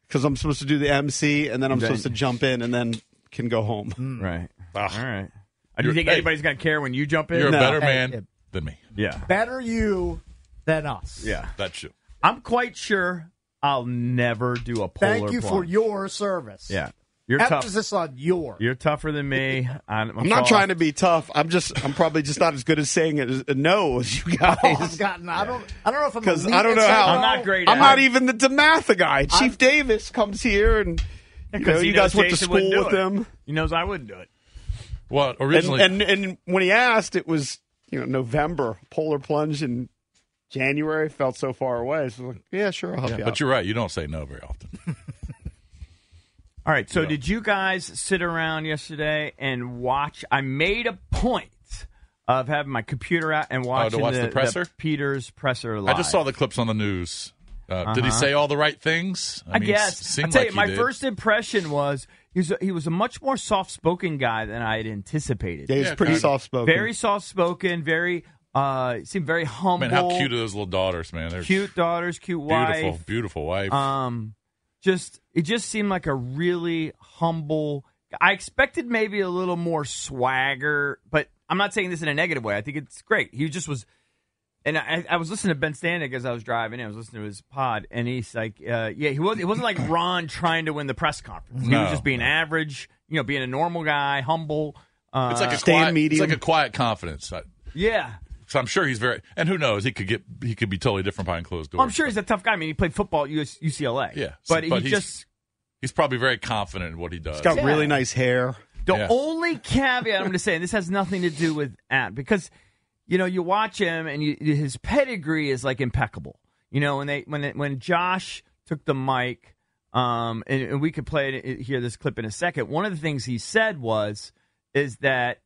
Speaker 1: because I'm supposed to do the MC, and then I'm supposed to jump in, and then can go home.
Speaker 3: Mm.
Speaker 2: Right.
Speaker 3: Ah.
Speaker 4: Ugh.
Speaker 2: All right. Do you
Speaker 4: You're-
Speaker 2: think
Speaker 4: hey.
Speaker 2: anybody's gonna care when you jump in?
Speaker 4: You're
Speaker 1: No.
Speaker 4: a better
Speaker 3: Hey,
Speaker 4: man
Speaker 3: yeah.
Speaker 4: than me.
Speaker 2: Yeah.
Speaker 3: Better you than us.
Speaker 2: Yeah.
Speaker 4: That's you.
Speaker 2: I'm quite sure I'll never do a polar.
Speaker 3: Thank you for
Speaker 2: plunge.
Speaker 3: your service.
Speaker 2: Yeah. You're tough.
Speaker 3: Emphasis on your.
Speaker 2: You're tougher than me. I'm,
Speaker 1: I'm not trying to be tough. I'm just I'm probably just not as good as saying it as, no as you
Speaker 2: Oh.
Speaker 3: I've
Speaker 1: guys.
Speaker 3: gotten. I don't. I don't know if I'm.
Speaker 1: Because
Speaker 3: elite
Speaker 1: I don't know
Speaker 3: at
Speaker 1: how
Speaker 2: I'm not great.
Speaker 1: I'm
Speaker 2: at
Speaker 1: not
Speaker 2: it.
Speaker 1: even the Dematha guy. Chief Davis comes here and you, know,
Speaker 2: he
Speaker 1: you
Speaker 2: knows
Speaker 1: guys went to
Speaker 2: Jason wouldn't
Speaker 1: school
Speaker 2: do
Speaker 1: with
Speaker 2: it.
Speaker 1: him.
Speaker 2: He knows I wouldn't do it.
Speaker 4: Well,
Speaker 1: and,
Speaker 4: originally,
Speaker 1: and and when he asked, it was you know November polar plunge in January felt so far away. So like, yeah, sure, I'll help you.
Speaker 4: but
Speaker 1: out.
Speaker 4: you're right. You don't say no very often.
Speaker 2: All right. So, did you guys sit around yesterday and watch? I made a point of having my computer out and watching
Speaker 4: Oh, watch the presser?
Speaker 2: Peter's presser. Uh-huh. Live.
Speaker 4: I just saw the clips on the news. Uh,
Speaker 1: Uh-huh.
Speaker 4: Did he say all the right things?
Speaker 2: I,
Speaker 4: mean, s-
Speaker 2: guess. I
Speaker 4: seemed
Speaker 2: tell
Speaker 4: like
Speaker 2: you,
Speaker 4: he
Speaker 2: my
Speaker 4: did.
Speaker 2: first impression was he was a, he was a much more soft spoken guy than I had anticipated.
Speaker 1: Yeah, he's
Speaker 4: Yeah,
Speaker 1: pretty
Speaker 4: kinda.
Speaker 1: soft spoken.
Speaker 2: Very soft spoken. Very uh, seemed very humble.
Speaker 4: Man, how cute are those little daughters, man? They're
Speaker 2: cute daughters, cute wife.
Speaker 4: beautiful, beautiful wife.
Speaker 2: Um, just it just seemed like a really humble. I expected maybe a little more swagger, but I'm not saying this in a negative way. I think it's great. He just was, and I, I was listening to Ben Standing as I was driving. I was listening to his pod, and he's like, uh, "Yeah, he was. It wasn't like Ron trying to win the press conference. He was
Speaker 4: No,
Speaker 2: just being
Speaker 4: no.
Speaker 2: average, you know, being a normal guy, humble. Uh,
Speaker 4: it's like a
Speaker 1: Stan
Speaker 4: quiet,
Speaker 1: medium.
Speaker 4: It's like a quiet confidence. I,
Speaker 2: yeah,
Speaker 4: so I'm sure he's very. And who knows? He could get. He could be totally different behind closed doors.
Speaker 2: I'm sure he's a tough guy. I mean, he played football at US, UCLA.
Speaker 4: Yeah, so-
Speaker 2: but,
Speaker 4: but
Speaker 2: he
Speaker 4: he's-
Speaker 2: just
Speaker 4: He's probably very confident in what he does.
Speaker 1: He's got really nice hair.
Speaker 2: The
Speaker 4: Yeah.
Speaker 2: only caveat I'm going to say, and this has nothing to do with at because you know you watch him and you, his pedigree is like impeccable. You know when they when it, when Josh took the mic, um, and, and we could play it, it, hear this clip in a second. One of the things he said was is that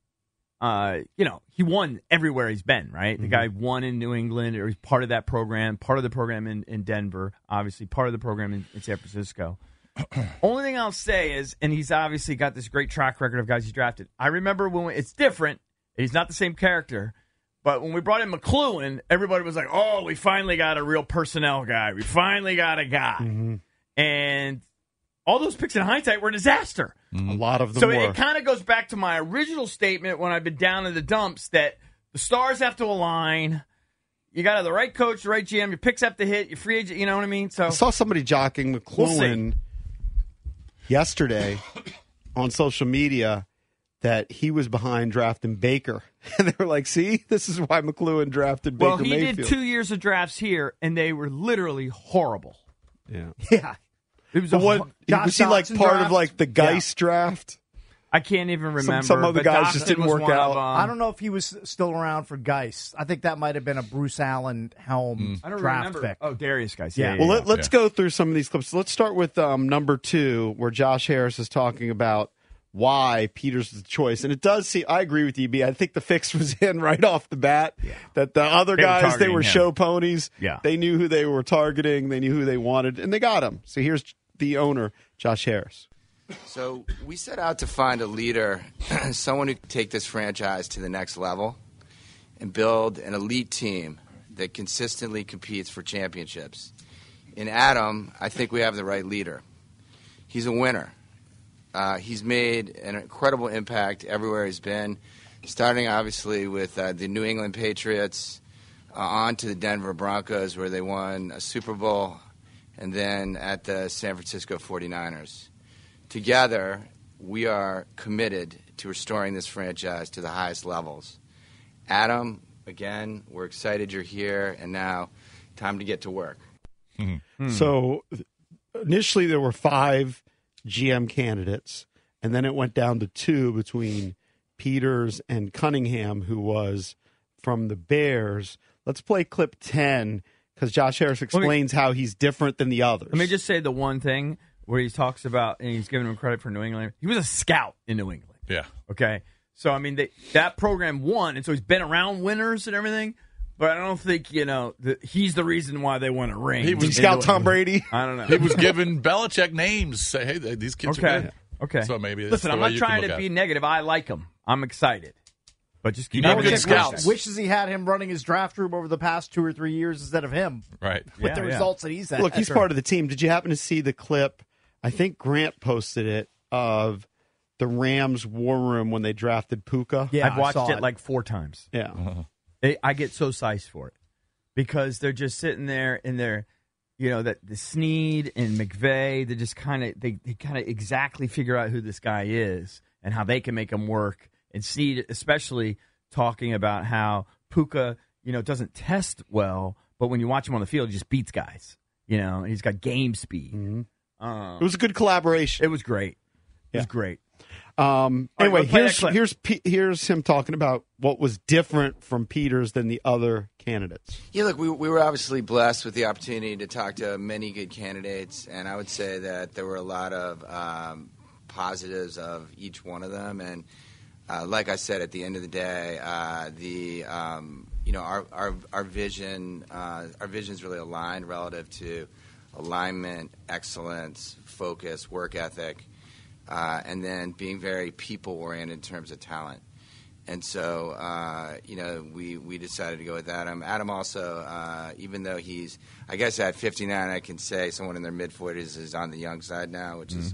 Speaker 2: uh, you know, he won everywhere he's been, right? The guy won in New England, or he's part of that program, part of the program in, in Denver, obviously, part of the program in, in San Francisco. Only thing I'll say is, and he's obviously got this great track record of guys he's drafted. I remember when we, it's different, and he's not the same character, but when we brought in McLuhan, everybody was like, oh, we finally got a real personnel guy. We finally got a guy. And all those picks in hindsight were a disaster.
Speaker 1: A lot of them
Speaker 2: So it,
Speaker 1: were.
Speaker 2: it kind of goes back to my original statement when I've been down in the dumps that the stars have to align. You got to have the right coach, the right GM. Your picks have to hit. Your free agent. You know what I mean? So
Speaker 1: I saw somebody jocking McLuhan yesterday on social media that he was behind drafting Baker, and they were like, "See, this is why McLuhan drafted Baker
Speaker 2: well, he
Speaker 1: Mayfield."
Speaker 2: did two years of drafts here, and they were literally horrible.
Speaker 3: Yeah.
Speaker 2: It was
Speaker 1: The
Speaker 2: a
Speaker 1: one
Speaker 2: hor-
Speaker 1: was he like
Speaker 3: Johnson
Speaker 1: part of
Speaker 3: draft?
Speaker 1: like the Geist draft?
Speaker 2: I can't even remember.
Speaker 1: some other
Speaker 2: but
Speaker 1: guys just
Speaker 2: Dotson
Speaker 1: didn't
Speaker 2: was
Speaker 1: work
Speaker 2: one
Speaker 1: out.
Speaker 2: Of, um,
Speaker 3: I don't know if he was still around for Geist. I think that might have been a Bruce Allen helm
Speaker 2: I don't
Speaker 3: draft
Speaker 2: remember.
Speaker 3: pick.
Speaker 2: Oh, Darius guys.
Speaker 3: Yeah.
Speaker 2: Yeah.
Speaker 1: Well, let, let's go through some of these clips. Let's start with um, number two, where Josh Harris is talking about why Peters was the choice, and it does see. I agree with EB. I think the fix was in right off the bat. That the other
Speaker 2: They were
Speaker 1: guys, they
Speaker 2: targeting
Speaker 1: were
Speaker 2: him.
Speaker 1: show ponies.
Speaker 2: Yeah.
Speaker 1: they knew who they were targeting. They knew who they wanted, and they got him. So here's the owner, Josh Harris.
Speaker 6: So we set out to find a leader, someone who could take this franchise to the next level and build an elite team that consistently competes for championships. In Adam, I think we have the right leader. He's a winner. Uh, he's made an incredible impact everywhere he's been, starting obviously with uh, the New England Patriots, uh, on to the Denver Broncos, where they won a Super Bowl, and then at the San Francisco 49ers together, we are committed to restoring this franchise to the highest levels. Adam, again, we're excited you're here, and now time to get to work.
Speaker 2: Mm-hmm.
Speaker 1: So initially there were five GM candidates, and then it went down to two between Peters and Cunningham, who was from the Bears. Let's play clip 10 because Josh Harris explains how he's different than the others.
Speaker 2: Let me just say the one thing where he talks about, and he's giving him credit for New England. He was a scout in New England.
Speaker 4: Yeah.
Speaker 2: Okay. So I mean, they, that program won, and so he's been around winners and everything. But I don't think you know that he's the reason why they won a ring.
Speaker 4: He
Speaker 1: Did
Speaker 4: was-
Speaker 1: you scout Tom Brady.
Speaker 2: I don't know.
Speaker 4: He was giving Belichick names. Say, hey, th- these kids are
Speaker 2: okay.
Speaker 4: good.
Speaker 2: Okay.
Speaker 4: So maybe that's
Speaker 2: listen,
Speaker 4: the
Speaker 2: I'm
Speaker 4: way
Speaker 2: not
Speaker 4: you can
Speaker 2: trying
Speaker 4: look
Speaker 2: to
Speaker 4: at
Speaker 2: be
Speaker 4: it.
Speaker 2: negative. I like him. I'm excited, but just keep
Speaker 4: need
Speaker 2: it
Speaker 4: good
Speaker 2: in
Speaker 3: Belichick
Speaker 4: scouts.
Speaker 2: context.
Speaker 3: wishes- Wishes he had him running his draft room over the past two or three years instead of him
Speaker 4: Right.
Speaker 3: with
Speaker 2: Yeah,
Speaker 3: the
Speaker 2: yeah.
Speaker 3: results that he's had.
Speaker 1: Look, he's part of the team. Did you happen to see the clip? I think Grant posted it of the Rams war room when they drafted Puka.
Speaker 3: Yeah,
Speaker 2: I've watched
Speaker 3: I saw
Speaker 2: it like four times.
Speaker 1: Yeah.
Speaker 2: They, I get so sized for it because they're just sitting there and they're, you know, that the Sneed and McVeigh, they just kind of they, they kind of exactly figure out who this guy is and how they can make him work. And Sneed, especially talking about how Puka, you know, doesn't test well, but when you watch him on the field, he just beats guys. You know, and he's got game speed. Um,
Speaker 1: It was a good collaboration.
Speaker 2: it was great. It was
Speaker 1: Yeah.
Speaker 2: great.
Speaker 1: Um,
Speaker 2: All right,
Speaker 1: anyway,
Speaker 2: we'll play that
Speaker 1: here's
Speaker 2: clip.
Speaker 1: here's P- here's him talking about what was different from Peters than the other candidates.
Speaker 6: Yeah, look, we, we were obviously blessed with the opportunity to talk to many good candidates, and I would say that there were a lot of um, positives of each one of them. And uh, like I said, at the end of the day, uh, the um, you know our our, our vision uh, our vision's really aligned relative to alignment, excellence, focus, work ethic, uh, and then being very people oriented in terms of talent. And so, uh, you know, we, we decided to go with Adam. Adam also, uh, even though he's, I guess at 59, I can say someone in their mid 40s is on the young side now, which is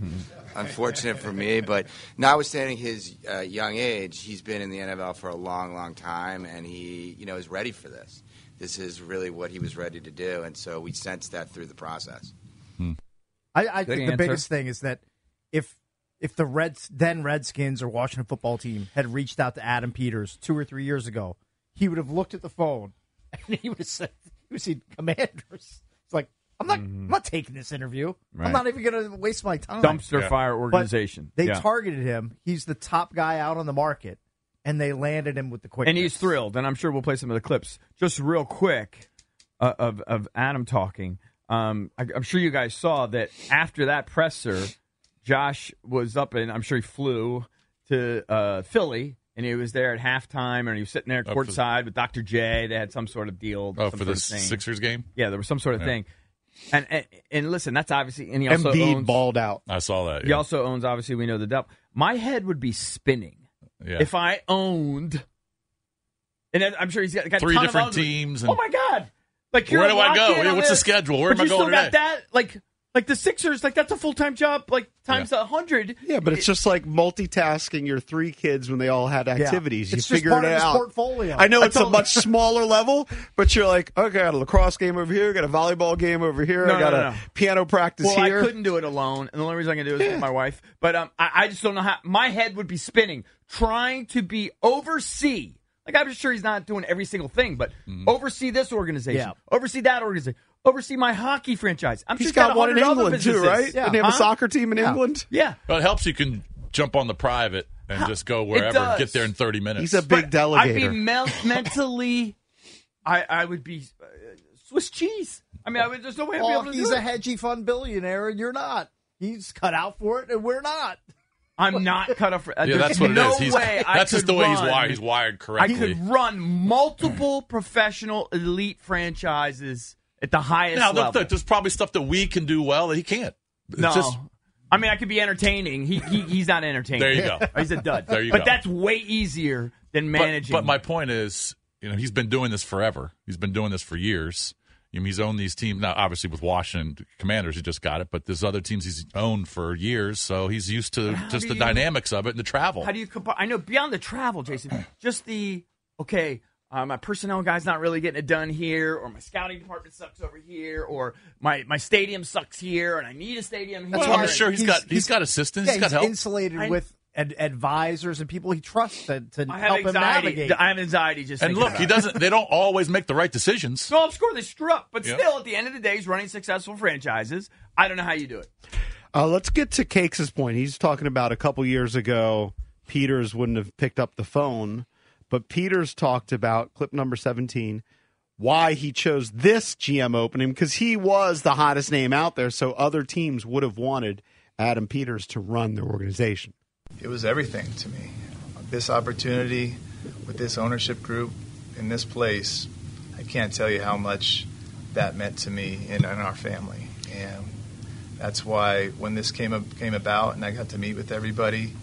Speaker 6: unfortunate for me. But notwithstanding his uh, young age, he's been in the NFL for a long, long time, and he, you know, is ready for this. This is really what he was ready to do, and so we sensed that through the process.
Speaker 3: I, I
Speaker 2: Good
Speaker 3: think
Speaker 2: answer.
Speaker 3: the biggest thing is that if if the Reds then Redskins or Washington football team had reached out to Adam Peters two or three years ago, he would have looked at the phone and he would have said he would have seen Commanders. It's like I'm not I'm not taking this interview.
Speaker 2: Right.
Speaker 3: I'm not even gonna waste my time.
Speaker 2: Dumpster
Speaker 4: Yeah.
Speaker 2: fire
Speaker 3: But
Speaker 2: organization.
Speaker 3: They
Speaker 2: Yeah.
Speaker 3: targeted him. He's the top guy out on the market, and they landed him with the quick.
Speaker 2: and he's thrilled. And I'm sure we'll play some of the clips just real quick uh, of of Adam talking. Um, I, I'm sure you guys saw that after that presser, Josh was up and I'm sure he flew to uh, Philly. And he was there at halftime, and he was sitting there
Speaker 4: for the-
Speaker 2: courtside with Dr. J. They had some sort of deal.
Speaker 4: Oh,
Speaker 2: some
Speaker 4: for
Speaker 2: sort
Speaker 4: the
Speaker 2: of thing.
Speaker 4: Sixers game?
Speaker 2: Yeah, there was some sort of thing. And, and and listen, that's obviously. And he also
Speaker 1: Embiid
Speaker 2: owns,
Speaker 1: balled out.
Speaker 4: I saw that.
Speaker 2: He
Speaker 4: yeah.
Speaker 2: also owns. Obviously, we know the depth. My head would be spinning
Speaker 4: Yeah.
Speaker 2: if I owned, and then I'm sure he's got, got a
Speaker 4: Three
Speaker 2: ton of
Speaker 4: different
Speaker 2: others.
Speaker 4: teams and-
Speaker 2: Oh my god! Like you're
Speaker 4: Where do I
Speaker 2: locked
Speaker 4: go?
Speaker 2: in
Speaker 4: Yeah,
Speaker 2: on
Speaker 4: what's the
Speaker 2: this,
Speaker 4: schedule? Where
Speaker 2: but
Speaker 4: am I
Speaker 2: you
Speaker 4: going
Speaker 2: still got
Speaker 4: today?
Speaker 2: that? Like, Like the Sixers, like that's a full time job, like times a hundred.
Speaker 1: Yeah, but it's just like multitasking your three kids when they all had activities. You
Speaker 3: It's just
Speaker 1: figure
Speaker 3: part
Speaker 1: it
Speaker 3: of his
Speaker 1: out.
Speaker 3: portfolio.
Speaker 1: I know
Speaker 3: That's
Speaker 1: it's a
Speaker 3: all-
Speaker 1: much smaller level, but you're like, okay, I got a lacrosse game over here, I got a volleyball game over here,
Speaker 2: No,
Speaker 1: I got
Speaker 2: no,
Speaker 1: a
Speaker 2: no.
Speaker 1: piano practice
Speaker 2: Well,
Speaker 1: here.
Speaker 2: I couldn't do it alone, and the only reason I can do it is with my wife. But um, I, I just don't know how. My head would be spinning trying to be oversee. Like I'm sure he's not doing every single thing, but
Speaker 1: Mm-hmm.
Speaker 2: oversee this organization,
Speaker 3: Yeah.
Speaker 2: oversee that organization, oversee my hockey franchise. I'm sure
Speaker 1: He's got,
Speaker 2: a
Speaker 1: one in
Speaker 2: 100 other
Speaker 1: England too,
Speaker 2: businesses.
Speaker 1: right?
Speaker 3: Yeah.
Speaker 1: And they have a
Speaker 2: Huh?
Speaker 1: soccer team in England.
Speaker 2: Yeah.
Speaker 4: Well, it helps you can jump on the private and just go wherever and
Speaker 2: does.
Speaker 4: get there in 30 minutes.
Speaker 1: He's a big
Speaker 2: I'd be
Speaker 1: delegator.
Speaker 2: mel- mentally, I I would be uh, Swiss cheese. I mean, I would there's no way I'd be
Speaker 3: Well,
Speaker 2: able to
Speaker 3: Oh, he's
Speaker 2: do
Speaker 3: a
Speaker 2: it.
Speaker 3: hedgy fund billionaire, and you're not. He's cut out for it, and we're not.
Speaker 2: I'm not cut off. For, uh,
Speaker 4: yeah,
Speaker 2: there's
Speaker 4: that's what
Speaker 2: no
Speaker 4: it is. He's,
Speaker 2: way I
Speaker 4: that's just
Speaker 2: could
Speaker 4: the way he's
Speaker 2: run-
Speaker 4: wired. He's wired
Speaker 2: I
Speaker 4: correctly.
Speaker 2: could run multiple professional elite franchises at the highest
Speaker 4: now,
Speaker 2: level.
Speaker 4: look, look, there's probably stuff that we can do well that he can't. It's
Speaker 2: no,
Speaker 4: just-
Speaker 2: I mean I could be entertaining. He, he he's not entertaining.
Speaker 4: There you go.
Speaker 2: He's a dud.
Speaker 4: There you
Speaker 2: but
Speaker 4: go.
Speaker 2: that's way easier than
Speaker 4: but-
Speaker 2: managing.
Speaker 4: But, my point is, you know, he's been doing this forever. He's been doing this for years. I mean, he's owned these teams now. Obviously, with Washington Commanders, he just got it, but there's other teams he's owned for years, so he's used to just
Speaker 2: do
Speaker 4: the
Speaker 2: you-
Speaker 4: dynamics of it and the travel.
Speaker 2: How do you compare? I know beyond the travel, Jason, just the okay. Uh, my personnel guy's not really getting it done here, or my scouting department sucks over here, or my, my stadium sucks here, and I need a stadium here.
Speaker 3: That's
Speaker 4: Well, I'm
Speaker 3: why
Speaker 4: sure he's got- he's got assistants,
Speaker 3: Yeah,
Speaker 4: he's got help.
Speaker 3: insulated
Speaker 2: I-
Speaker 3: with ad- advisors and people he trusts to, to
Speaker 2: I have
Speaker 3: help him
Speaker 2: anxiety.
Speaker 3: navigate.
Speaker 2: I have anxiety just.
Speaker 4: and
Speaker 2: thinking
Speaker 4: look,
Speaker 2: about
Speaker 4: he
Speaker 2: it.
Speaker 4: doesn't. They don't always make the right decisions.
Speaker 2: No, I'm sure they screw up, but
Speaker 4: Yeah.
Speaker 2: still, at the end of the day, he's running successful franchises. I don't know how you do it.
Speaker 1: Uh, let's get to Cakes' point. He's talking about a couple years ago, Peters wouldn't have picked up the phone, but Peters talked about clip number 17, why he chose this GM opening because he was the hottest name out there. So other teams would have wanted Adam Peters to run their organization.
Speaker 9: it was everything to me. This opportunity with this ownership group in this place, I can't tell you how much that meant to me and, and our family. And that's why when this came up, came about and I got to meet with everybody,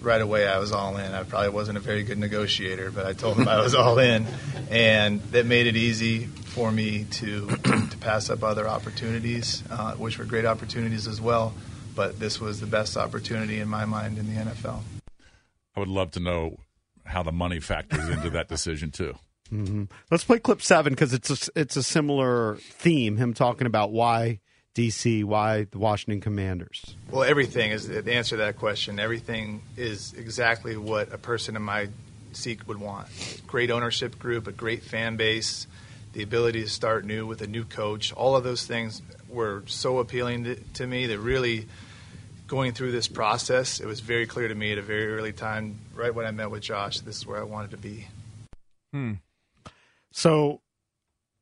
Speaker 9: right away I was all in. I probably wasn't a very good negotiator, but I told them I was all in, and that made it easy for me to to pass up other opportunities, uh, which were great opportunities as well. But this was the best opportunity in my mind in the NFL.
Speaker 4: I would love to know how the money factors into that decision too.
Speaker 1: Mm-hmm. Let's play clip seven because it's a, it's a similar theme. Him talking about why DC, why the Washington Commanders.
Speaker 9: Well, everything is the answer to that question. Everything is exactly what a person in my seat would want. Great ownership group, a great fan base, the ability to start new with a new coach. All of those things were so appealing to, to me that really going through this process, it was very clear to me at a very early time, right when I met with Josh, this is where I wanted to be.
Speaker 2: Hmm.
Speaker 1: So,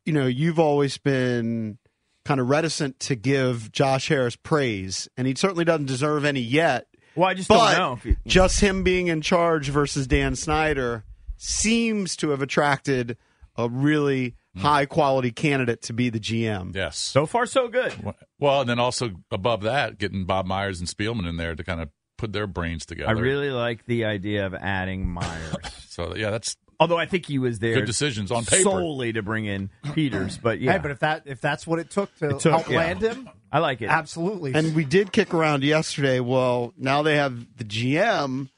Speaker 1: you know, you've always been kind of reticent to give Josh Harris praise, and he certainly doesn't deserve any yet.
Speaker 2: Well, I just
Speaker 1: but
Speaker 2: don't know. If you,
Speaker 1: just him being in charge versus Dan Snyder seems to have attracted a really high quality candidate to be the GM.
Speaker 4: Yes.
Speaker 2: Hmm. so far, so good.
Speaker 4: Well, and then also above that, getting Bob Myers and Spielman in there to kind of put their brains together.
Speaker 2: I really like the idea of adding Myers,
Speaker 4: So yeah, that's
Speaker 2: although I think he was there
Speaker 4: good decisions on paper.
Speaker 2: solely to bring in Peters. But yeah,
Speaker 3: Hey, but if that if that's what it took to
Speaker 1: It took,
Speaker 3: help
Speaker 1: yeah.
Speaker 3: land him,
Speaker 2: I like it.
Speaker 3: absolutely.
Speaker 1: And we did kick around yesterday. Well, now they have the GM.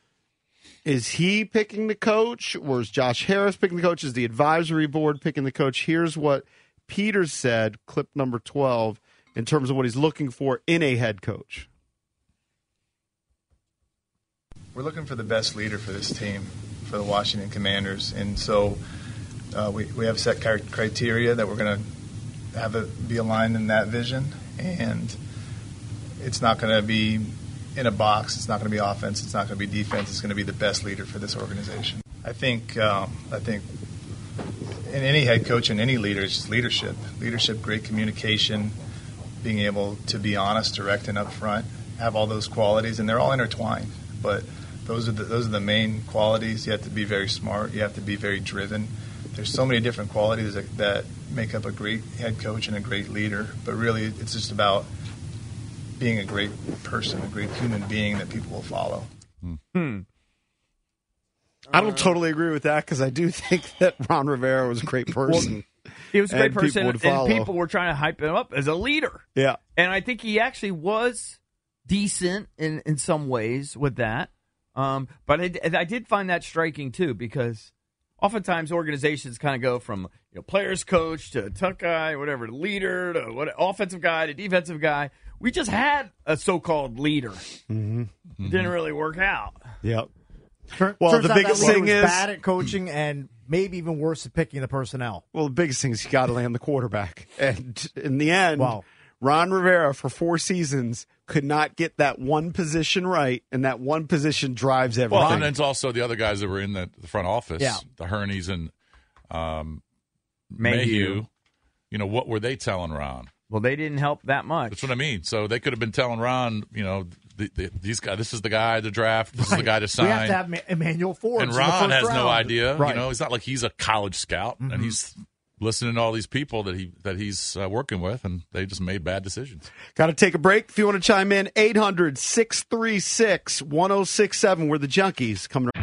Speaker 1: Is he picking the coach, or is Josh Harris picking the coach? Is the advisory board picking the coach? Here's what Peters said, clip number 12, in terms of what he's looking for in a head coach.
Speaker 9: We're looking for the best leader for this team, for the Washington Commanders, and so uh, we we have set cri- criteria that we're going to have it be aligned in that vision, and it's not going to be in a box. It's not going to be offense. It's not going to be defense. It's going to be the best leader for this organization. I think um, I think in any head coach and any leader, it's just leadership. Leadership, great communication, being able to be honest, direct, and upfront. Have all those qualities, and they're all intertwined. But those are the, those are the main qualities. You have to be very smart. You have to be very driven. There's so many different qualities that, that make up a great head coach and a great leader. But really, it's just about being a great person, a great human being that people will follow.
Speaker 2: Hmm.
Speaker 1: I don't totally agree with that because I do think that Ron Rivera was a great person.
Speaker 2: He was a great
Speaker 1: And people
Speaker 2: person,
Speaker 1: would follow.
Speaker 2: and people were trying to hype him up as a leader.
Speaker 1: Yeah.
Speaker 2: And I think he actually was decent in, in some ways with that. Um, but I, I did find that striking too because oftentimes organizations kind of go from you know players coach to tough guy, whatever, to leader to what offensive guy to defensive guy. We just had a so-called leader.
Speaker 1: Mm-hmm.
Speaker 2: It didn't really work out.
Speaker 1: Yep.
Speaker 3: Well,
Speaker 1: Well,
Speaker 3: Turns
Speaker 1: the
Speaker 3: out that
Speaker 1: biggest
Speaker 3: Lord
Speaker 1: thing
Speaker 3: was
Speaker 1: is-
Speaker 3: bad at coaching and maybe even worse at picking the personnel.
Speaker 1: Well, the biggest thing is you got to land the quarterback. And in the end, Ron Rivera for four seasons could not get that one position right, and that one position drives everything.
Speaker 4: Well, and it's also the other guys that were in the, the front office,
Speaker 1: Yeah.
Speaker 4: the Hernies and um,
Speaker 2: Mayhew.
Speaker 4: Mayhew. You know what were they telling Ron?
Speaker 2: Well, they didn't help that much.
Speaker 4: That's what I mean. So they could have been telling Ron, you know, the, the, these guys. This is the guy to draft. This is the guy to sign.
Speaker 3: We have to have Ma- Emmanuel Forbes.
Speaker 4: and
Speaker 3: in the
Speaker 4: Ron
Speaker 3: first
Speaker 4: has no
Speaker 3: round.
Speaker 4: idea.
Speaker 3: Right.
Speaker 4: You know, it's not like he's a college scout and he's listening to all these people that he that he's uh, working with, and they just made bad decisions.
Speaker 1: Got to take a break. If you want to chime in, 800 636 1067. We're the junkies coming up.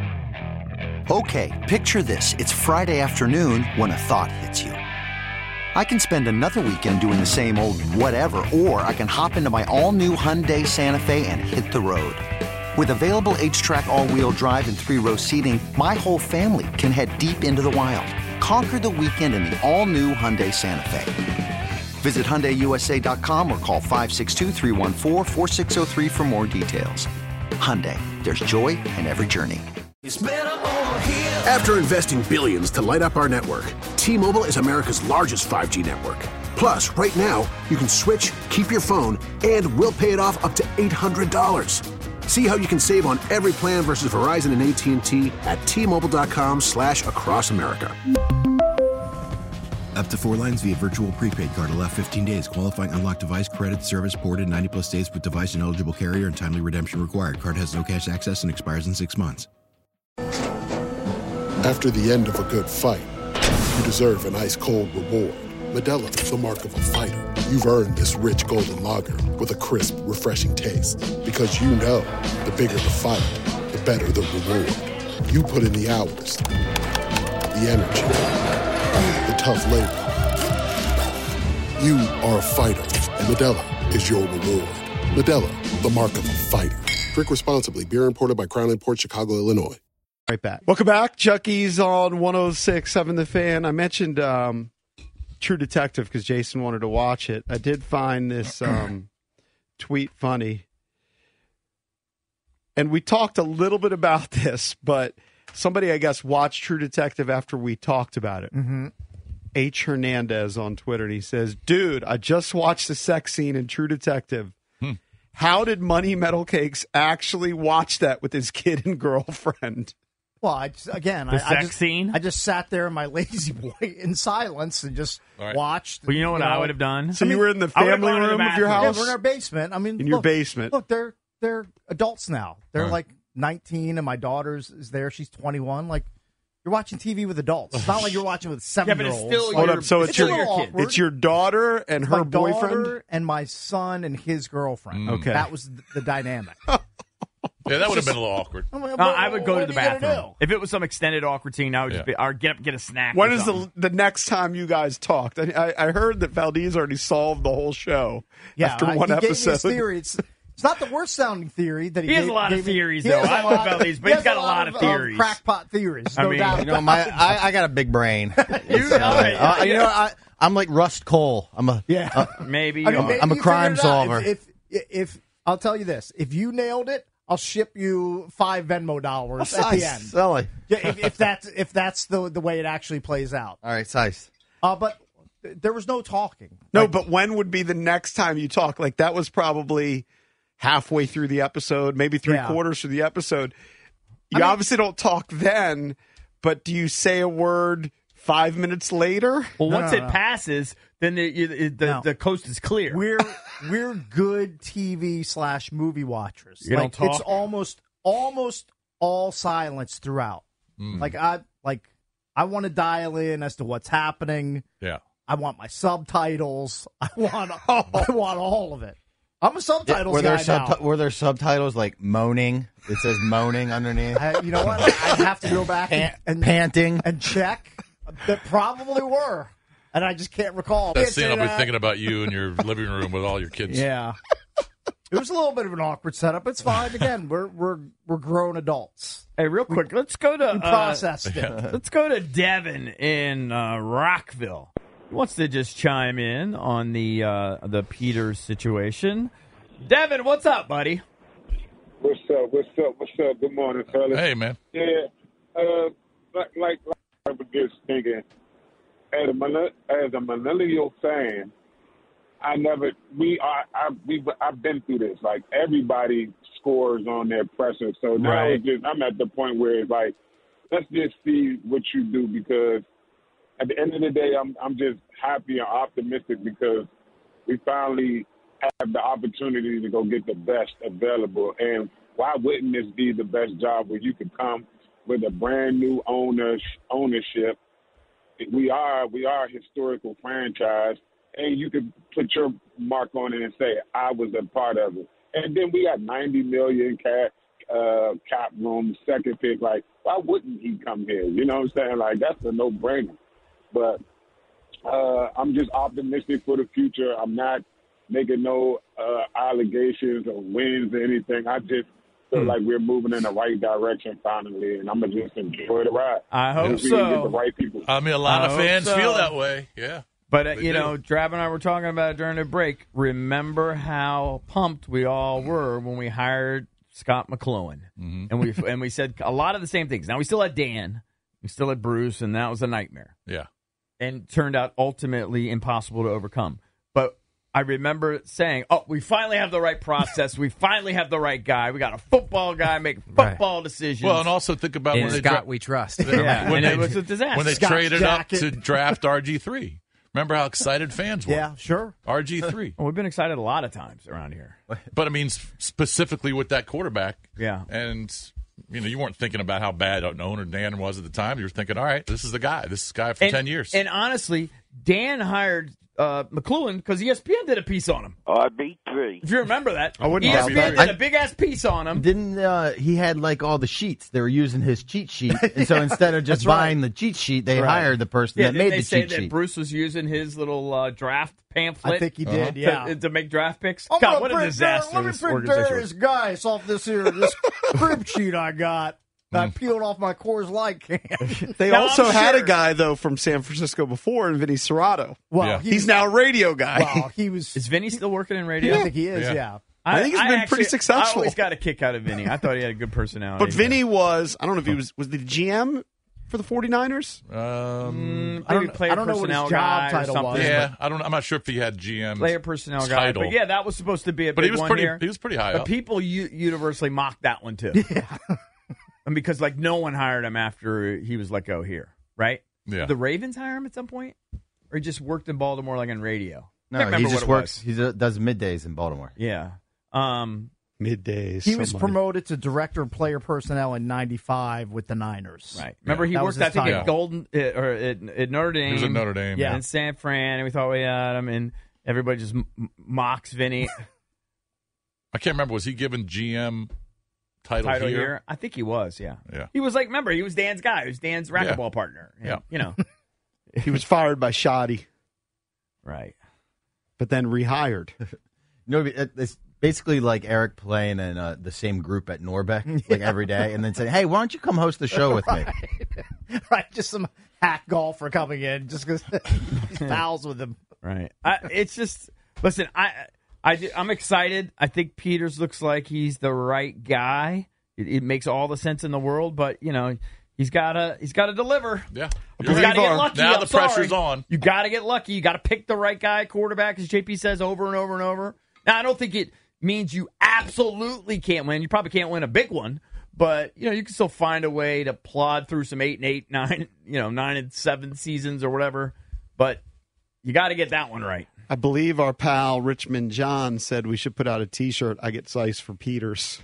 Speaker 10: Okay, picture this. It's Friday afternoon when a thought hits you. I can spend another weekend doing the same old whatever, or I can hop into my all new Hyundai Santa Fe and hit the road. With available H track, all wheel drive, and three row seating, my whole family can head deep into the wild. Conquer the weekend in the all new Hyundai Santa Fe. Visit HyundaiUSA.com or call 562-314-4603 for more details. Hyundai, there's joy in every journey.
Speaker 11: After investing billions to light up our network, T-Mobile is America's largest 5G network. Plus, right now, you can switch, keep your phone, and we'll pay it off up to $800. See how you can save on every plan versus Verizon and AT&T at T-Mobile.com slash across America.
Speaker 12: Up to four lines via virtual prepaid card. Allow 15 days. Qualifying unlocked device credit service ported 90 plus days with device and eligible carrier and timely redemption required. Card has no cash access and expires in six months.
Speaker 13: After the end of a good fight, you deserve an ice cold reward. Medella is the mark of a fighter. You've earned this rich golden lager with a crisp, refreshing taste. Because you know the bigger the fight, the better the reward. You put in the hours, the energy, the tough labor. You are a fighter, and Medella is your reward. Medella, the mark of a fighter. Drink responsibly. Beer imported by Crown Port Chicago, Illinois.
Speaker 1: Right back. Welcome back. Junkies on 1067 The Fan. I mentioned um, True Detective because Jason wanted to watch it. I did find this um, tweet funny. And we talked a little bit about this, but somebody, I guess, watched True Detective after we talked about it.
Speaker 3: Mhm.
Speaker 1: H. Hernandez on Twitter, and he says, Dude, I just watched the sex scene in True Detective. How did Money Metal Cakes actually watch that with his kid and girlfriend?
Speaker 3: Well, I just, again,
Speaker 1: The
Speaker 3: I, I
Speaker 1: sex
Speaker 3: just, I just sat there in my lazy boy in silence and just
Speaker 2: All right.
Speaker 3: watched.
Speaker 2: Well, you know what I would have done? So you were in the
Speaker 3: I would've
Speaker 2: family
Speaker 3: gone to the
Speaker 2: room of your
Speaker 3: bathroom. Yeah,
Speaker 2: house?
Speaker 3: we're in our basement. I mean,
Speaker 2: In your
Speaker 3: look-
Speaker 2: basement.
Speaker 3: Look, they're they're adults now. They're
Speaker 2: Right.
Speaker 3: like 19, and my daughter's is there. She's 21. Like. You're watching TV with adults. It's not like you're watching with
Speaker 1: Yeah,
Speaker 3: seven
Speaker 1: but it's
Speaker 3: year olds.
Speaker 1: still Hold your- up, so it's it's your-
Speaker 3: a little
Speaker 1: your kid.
Speaker 3: awkward.
Speaker 1: it's your daughter and
Speaker 3: It's
Speaker 1: her
Speaker 3: my
Speaker 1: boyfriend?
Speaker 3: daughter and my son and his girlfriend.
Speaker 1: Mm. Okay.
Speaker 3: that was th- the dynamic.
Speaker 4: Yeah, that would have been a little awkward.
Speaker 3: I'm like,
Speaker 2: No, I would go
Speaker 3: what
Speaker 2: to
Speaker 3: are
Speaker 2: the
Speaker 3: you gonna
Speaker 2: bathroom. If it was some extended awkward scene, I would just be, or get up, get a snack.
Speaker 1: When
Speaker 2: or
Speaker 1: is
Speaker 2: something.
Speaker 1: the the next time you guys talked? I, I, I heard that Valdez already solved the whole show
Speaker 3: Yeah,
Speaker 1: after
Speaker 3: I-
Speaker 1: one
Speaker 3: he gave me his
Speaker 1: episode.
Speaker 3: theory. It's, it's not the worst sounding theory that he,
Speaker 2: He has
Speaker 3: gave-
Speaker 2: a lot of
Speaker 3: gave me.
Speaker 2: theories,
Speaker 3: He
Speaker 2: though.
Speaker 3: has a
Speaker 2: I
Speaker 3: lot
Speaker 2: love Valdez, but
Speaker 3: he
Speaker 2: he's
Speaker 3: has
Speaker 2: got a
Speaker 3: a lot, uh,
Speaker 2: lot of theories.
Speaker 3: crackpot theories.
Speaker 2: I
Speaker 3: No
Speaker 2: mean-
Speaker 3: doubt.
Speaker 8: You know, my I, I got a big brain. you
Speaker 2: know it.
Speaker 8: you know, I, I'm like Rust Cole. I'm a uh, yeah.
Speaker 2: maybe
Speaker 3: I mean,
Speaker 8: I'm,
Speaker 3: maybe
Speaker 8: a
Speaker 3: you
Speaker 8: crime
Speaker 3: figured it out.
Speaker 8: solver.
Speaker 3: If, if, if I'll tell you this, if you nailed it, I'll ship you five Venmo dollars at the end.
Speaker 8: Silly.
Speaker 3: Yeah, if, if that's if that's the the way it actually plays out.
Speaker 8: All right, size.
Speaker 3: Uh, but th- there was no talking.
Speaker 1: no, but when would be the next time you talk? Like that was probably halfway through the episode, maybe three
Speaker 3: Yeah.
Speaker 1: quarters through the episode. You obviously don't talk then, but do you say a word five minutes later?
Speaker 2: Well, once it passes, then the you- the, the coast is clear.
Speaker 3: We're we're good TV slash movie watchers.
Speaker 2: You don't
Speaker 3: like it's
Speaker 2: talk?
Speaker 3: almost almost all silence throughout.
Speaker 4: Mm.
Speaker 3: Like I like I want to dial in as to what's happening.
Speaker 4: Yeah.
Speaker 3: I want my subtitles. I want I want all of it. I'm a subtitles
Speaker 8: were there
Speaker 3: guy
Speaker 8: subti- were there subtitles like moaning? It says moaning underneath.
Speaker 3: now. I, you know what? I have to go back and, and
Speaker 8: Panting.
Speaker 3: and check. There probably were. and I just can't recall.
Speaker 4: That
Speaker 3: Can't
Speaker 4: scene,
Speaker 3: say
Speaker 4: I'll be
Speaker 3: that.
Speaker 4: thinking about you in your living room with all your kids.
Speaker 3: Yeah. It was a little bit of an awkward setup. It's fine. Again, we're we're we're grown adults.
Speaker 2: Hey, real quick, let's go to uh,
Speaker 3: we processed it.
Speaker 2: Let's go to Devin in uh, Rockville. He wants to just chime in on the uh, the Peters situation. Devin, what's up, buddy?
Speaker 14: What's up? What's up? What's up? Good morning, fellas.
Speaker 4: Hey, man.
Speaker 14: Yeah. Uh, like, like, like I was just thinking, as a, mille- as a millennial fan, I never, we are, I, we, I've been through this. Like, everybody scores on their pressure. So now it's just, I'm at the point where it's like, let's just see what you do because at the end of the day, I'm, I'm just happy and optimistic because we finally have the opportunity to go get the best available. And why wouldn't this be the best job where you could come with a brand new owners ownership? We are we are a historical franchise, and you could put your mark on it and say I was a part of it. And then we got 90 million cap uh, cap room second pick. Like why wouldn't he come here? You know what I'm saying? Like that's a no brainer. But uh, I'm just optimistic for the future. I'm not making no uh, allegations or wins or anything. I just feel
Speaker 2: Hmm.
Speaker 14: like we're moving in the right direction finally, and I'm gonna just enjoy the ride.
Speaker 2: I hope
Speaker 14: If we can Get
Speaker 2: so.
Speaker 14: the right people.
Speaker 4: I mean, a lot
Speaker 2: I
Speaker 4: of
Speaker 2: hope
Speaker 4: fans
Speaker 2: so.
Speaker 4: feel that way. Yeah.
Speaker 2: But uh,
Speaker 4: They
Speaker 2: you
Speaker 4: do.
Speaker 2: know, Drab and I were talking about it during the break. Remember how pumped we all were when we hired Scott McCloughan,
Speaker 4: Mm-hmm.
Speaker 2: and we and we said a lot of the same things. Now we still had Dan, we still had Bruce, and that was a nightmare.
Speaker 4: Yeah.
Speaker 2: and turned out ultimately impossible to overcome. But I remember saying, "Oh, we finally have the right process. we finally have the right guy. We got a football guy making football decisions."
Speaker 4: Well, and also think about when
Speaker 15: And
Speaker 4: they
Speaker 15: Scott,
Speaker 4: dra-
Speaker 15: we trust.
Speaker 2: Yeah,
Speaker 4: when
Speaker 2: and
Speaker 4: they,
Speaker 2: it was a disaster.
Speaker 4: When they
Speaker 2: Scott's
Speaker 4: traded
Speaker 2: jacket.
Speaker 4: up to draft RG three, remember how excited fans were?
Speaker 2: Yeah,
Speaker 3: sure.
Speaker 4: RG three.
Speaker 2: Well, we've been excited a lot of times around here.
Speaker 4: But I mean, s- specifically with that quarterback.
Speaker 2: Yeah.
Speaker 4: And, you know, you weren't thinking about how bad an owner Dan was at the time. You were thinking, all right, this is the guy. This is the guy for
Speaker 2: And-
Speaker 4: 10 years.
Speaker 2: And honestly, Dan hired uh, McLuhan because ESPN did a piece on him.
Speaker 16: RB3.
Speaker 2: If you remember that, E
Speaker 8: I wouldn't doubt
Speaker 2: ESPN
Speaker 8: that.
Speaker 2: did a
Speaker 8: I-
Speaker 2: big ass piece on him.
Speaker 8: Didn't uh, he had like all the sheets? They were using his cheat sheet, and so
Speaker 2: Yeah,
Speaker 8: instead of just
Speaker 2: that's right.
Speaker 8: buying the cheat sheet, they
Speaker 2: Right.
Speaker 8: hired the person
Speaker 2: Yeah,
Speaker 8: that
Speaker 2: didn't
Speaker 8: made
Speaker 2: they
Speaker 8: the
Speaker 2: say
Speaker 8: cheat
Speaker 2: that
Speaker 8: sheet.
Speaker 2: Bruce was using his little uh, draft pamphlet.
Speaker 8: I think he
Speaker 3: did,
Speaker 2: to-
Speaker 3: yeah.
Speaker 2: to, make draft picks.
Speaker 3: I'm
Speaker 2: God,
Speaker 3: gonna
Speaker 2: what a
Speaker 3: print
Speaker 2: disaster!
Speaker 3: Let me
Speaker 2: this
Speaker 3: print
Speaker 2: organization was.
Speaker 3: Darius Geis off this here this crib sheet I got. that
Speaker 2: Mm.
Speaker 3: I peeled off my Coors Light can.
Speaker 1: They
Speaker 3: Now,
Speaker 1: also
Speaker 3: I'm
Speaker 1: had
Speaker 3: sure-
Speaker 1: a guy though from San Francisco before, and Vinny Serrato.
Speaker 3: Well, Yeah. he-
Speaker 1: he's now a radio guy.
Speaker 3: Well, he was.
Speaker 2: Is Vinny still working in radio?
Speaker 3: I think he is. Yeah.
Speaker 1: I think he's been pretty
Speaker 2: I
Speaker 1: successful.
Speaker 2: always got a kick out of Vinny. I thought he had a good personality.
Speaker 1: but Vinny was I don't know if he was was the GM for the 49ers.
Speaker 4: Um,
Speaker 2: I Mm, don't- player I don't know what his personnel job guy or title something. was,
Speaker 4: Yeah,
Speaker 2: but-
Speaker 4: I don't. I'm not sure if he had GM
Speaker 2: player personnel guy.
Speaker 4: title.
Speaker 2: But yeah, that was supposed to be a
Speaker 4: But
Speaker 2: big
Speaker 4: he was
Speaker 2: one
Speaker 4: pretty-
Speaker 2: here.
Speaker 4: he was pretty high
Speaker 2: But
Speaker 4: up.
Speaker 2: people u- universally mocked that one too. and because like no one hired him after he was let go here, right?
Speaker 8: Yeah.
Speaker 2: Did the Ravens hire him at some point, or he just worked in Baltimore like in radio. Can't
Speaker 8: No, he
Speaker 2: remember
Speaker 8: just
Speaker 2: what it
Speaker 8: works. He does middays in Baltimore.
Speaker 2: Yeah, um,
Speaker 1: middays.
Speaker 3: He was promoted to director of player personnel in '95 with the Niners.
Speaker 2: Right. Remember, he
Speaker 3: That was
Speaker 2: worked,
Speaker 3: his
Speaker 2: I think,
Speaker 3: title.
Speaker 2: at Golden uh, or at, at Notre Dame.
Speaker 4: He was at Notre Dame, yeah.
Speaker 2: and San Fran, and we thought we had him, and everybody just m- m- mocks Vinny
Speaker 4: I can't remember. Was he given GM title,
Speaker 2: title
Speaker 4: here?
Speaker 2: I think he was. Yeah,
Speaker 4: Yeah.
Speaker 2: he was like, remember, he was Dan's guy, he was Dan's racquetball partner. and,
Speaker 4: Yeah.
Speaker 2: you know,
Speaker 1: he was fired by Shoddy,
Speaker 2: right?
Speaker 1: But then rehired.
Speaker 8: no, it- it's basically like Eric playing in uh, the same group at Norbeck like every day, and then saying, "Hey, why don't you come host the show with me?"
Speaker 3: right. Just some hack golfer coming in, just because he's pals with him.
Speaker 2: Right. I, it's just listen. I I do- I'm excited. I think Peters looks like he's the right guy. It, it makes all the sense in the world, but you know. He's gotta, he's gotta deliver.
Speaker 4: Yeah,
Speaker 2: you
Speaker 4: You're right.
Speaker 2: gotta get lucky.
Speaker 4: Now
Speaker 2: I'm
Speaker 4: the pressure's
Speaker 2: sorry.
Speaker 4: on.
Speaker 2: You gotta get lucky. You gotta pick the right guy, quarterback, as JP says over and over and over. Now I don't think it means you absolutely can't win. You probably can't win a big one, but you know you can still find a way to plod through some eight and eight, nine, you know, nine and seven seasons or whatever. But you got to get that one right.
Speaker 1: I believe our pal Richmond John said we should put out a T-shirt. I get sliced for Peters.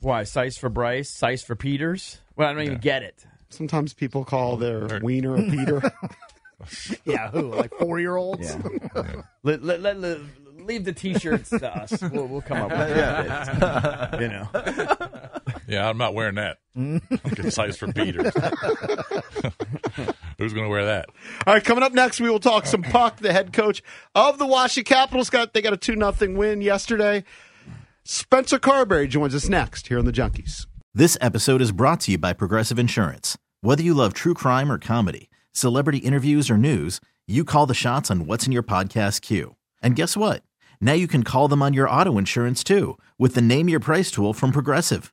Speaker 2: Why? Size for Bryce, size for Peters? Well, I don't even get it.
Speaker 1: Sometimes people call their wiener a Peter.
Speaker 3: Yeah, who like four year olds?
Speaker 2: Let, let, let, let- leave the t shirts to us. We'll, we'll come up with it.
Speaker 3: Yeah.
Speaker 2: You know. Mm.
Speaker 4: Yeah, I'm not wearing that. like a size for Peter. Who's going to wear that?
Speaker 1: All right, coming up next, we will talk some Puck, the head coach of the Washington Capitals. Got they got a two 0 win yesterday. Spencer Carberry joins us next here on the Junkies.
Speaker 5: This episode is brought to you by Progressive Insurance. Whether you love true crime or comedy, celebrity interviews or news, you call the shots on what's in your podcast queue. And guess what? Now you can call them on your auto insurance too with the Name Your Price tool from Progressive.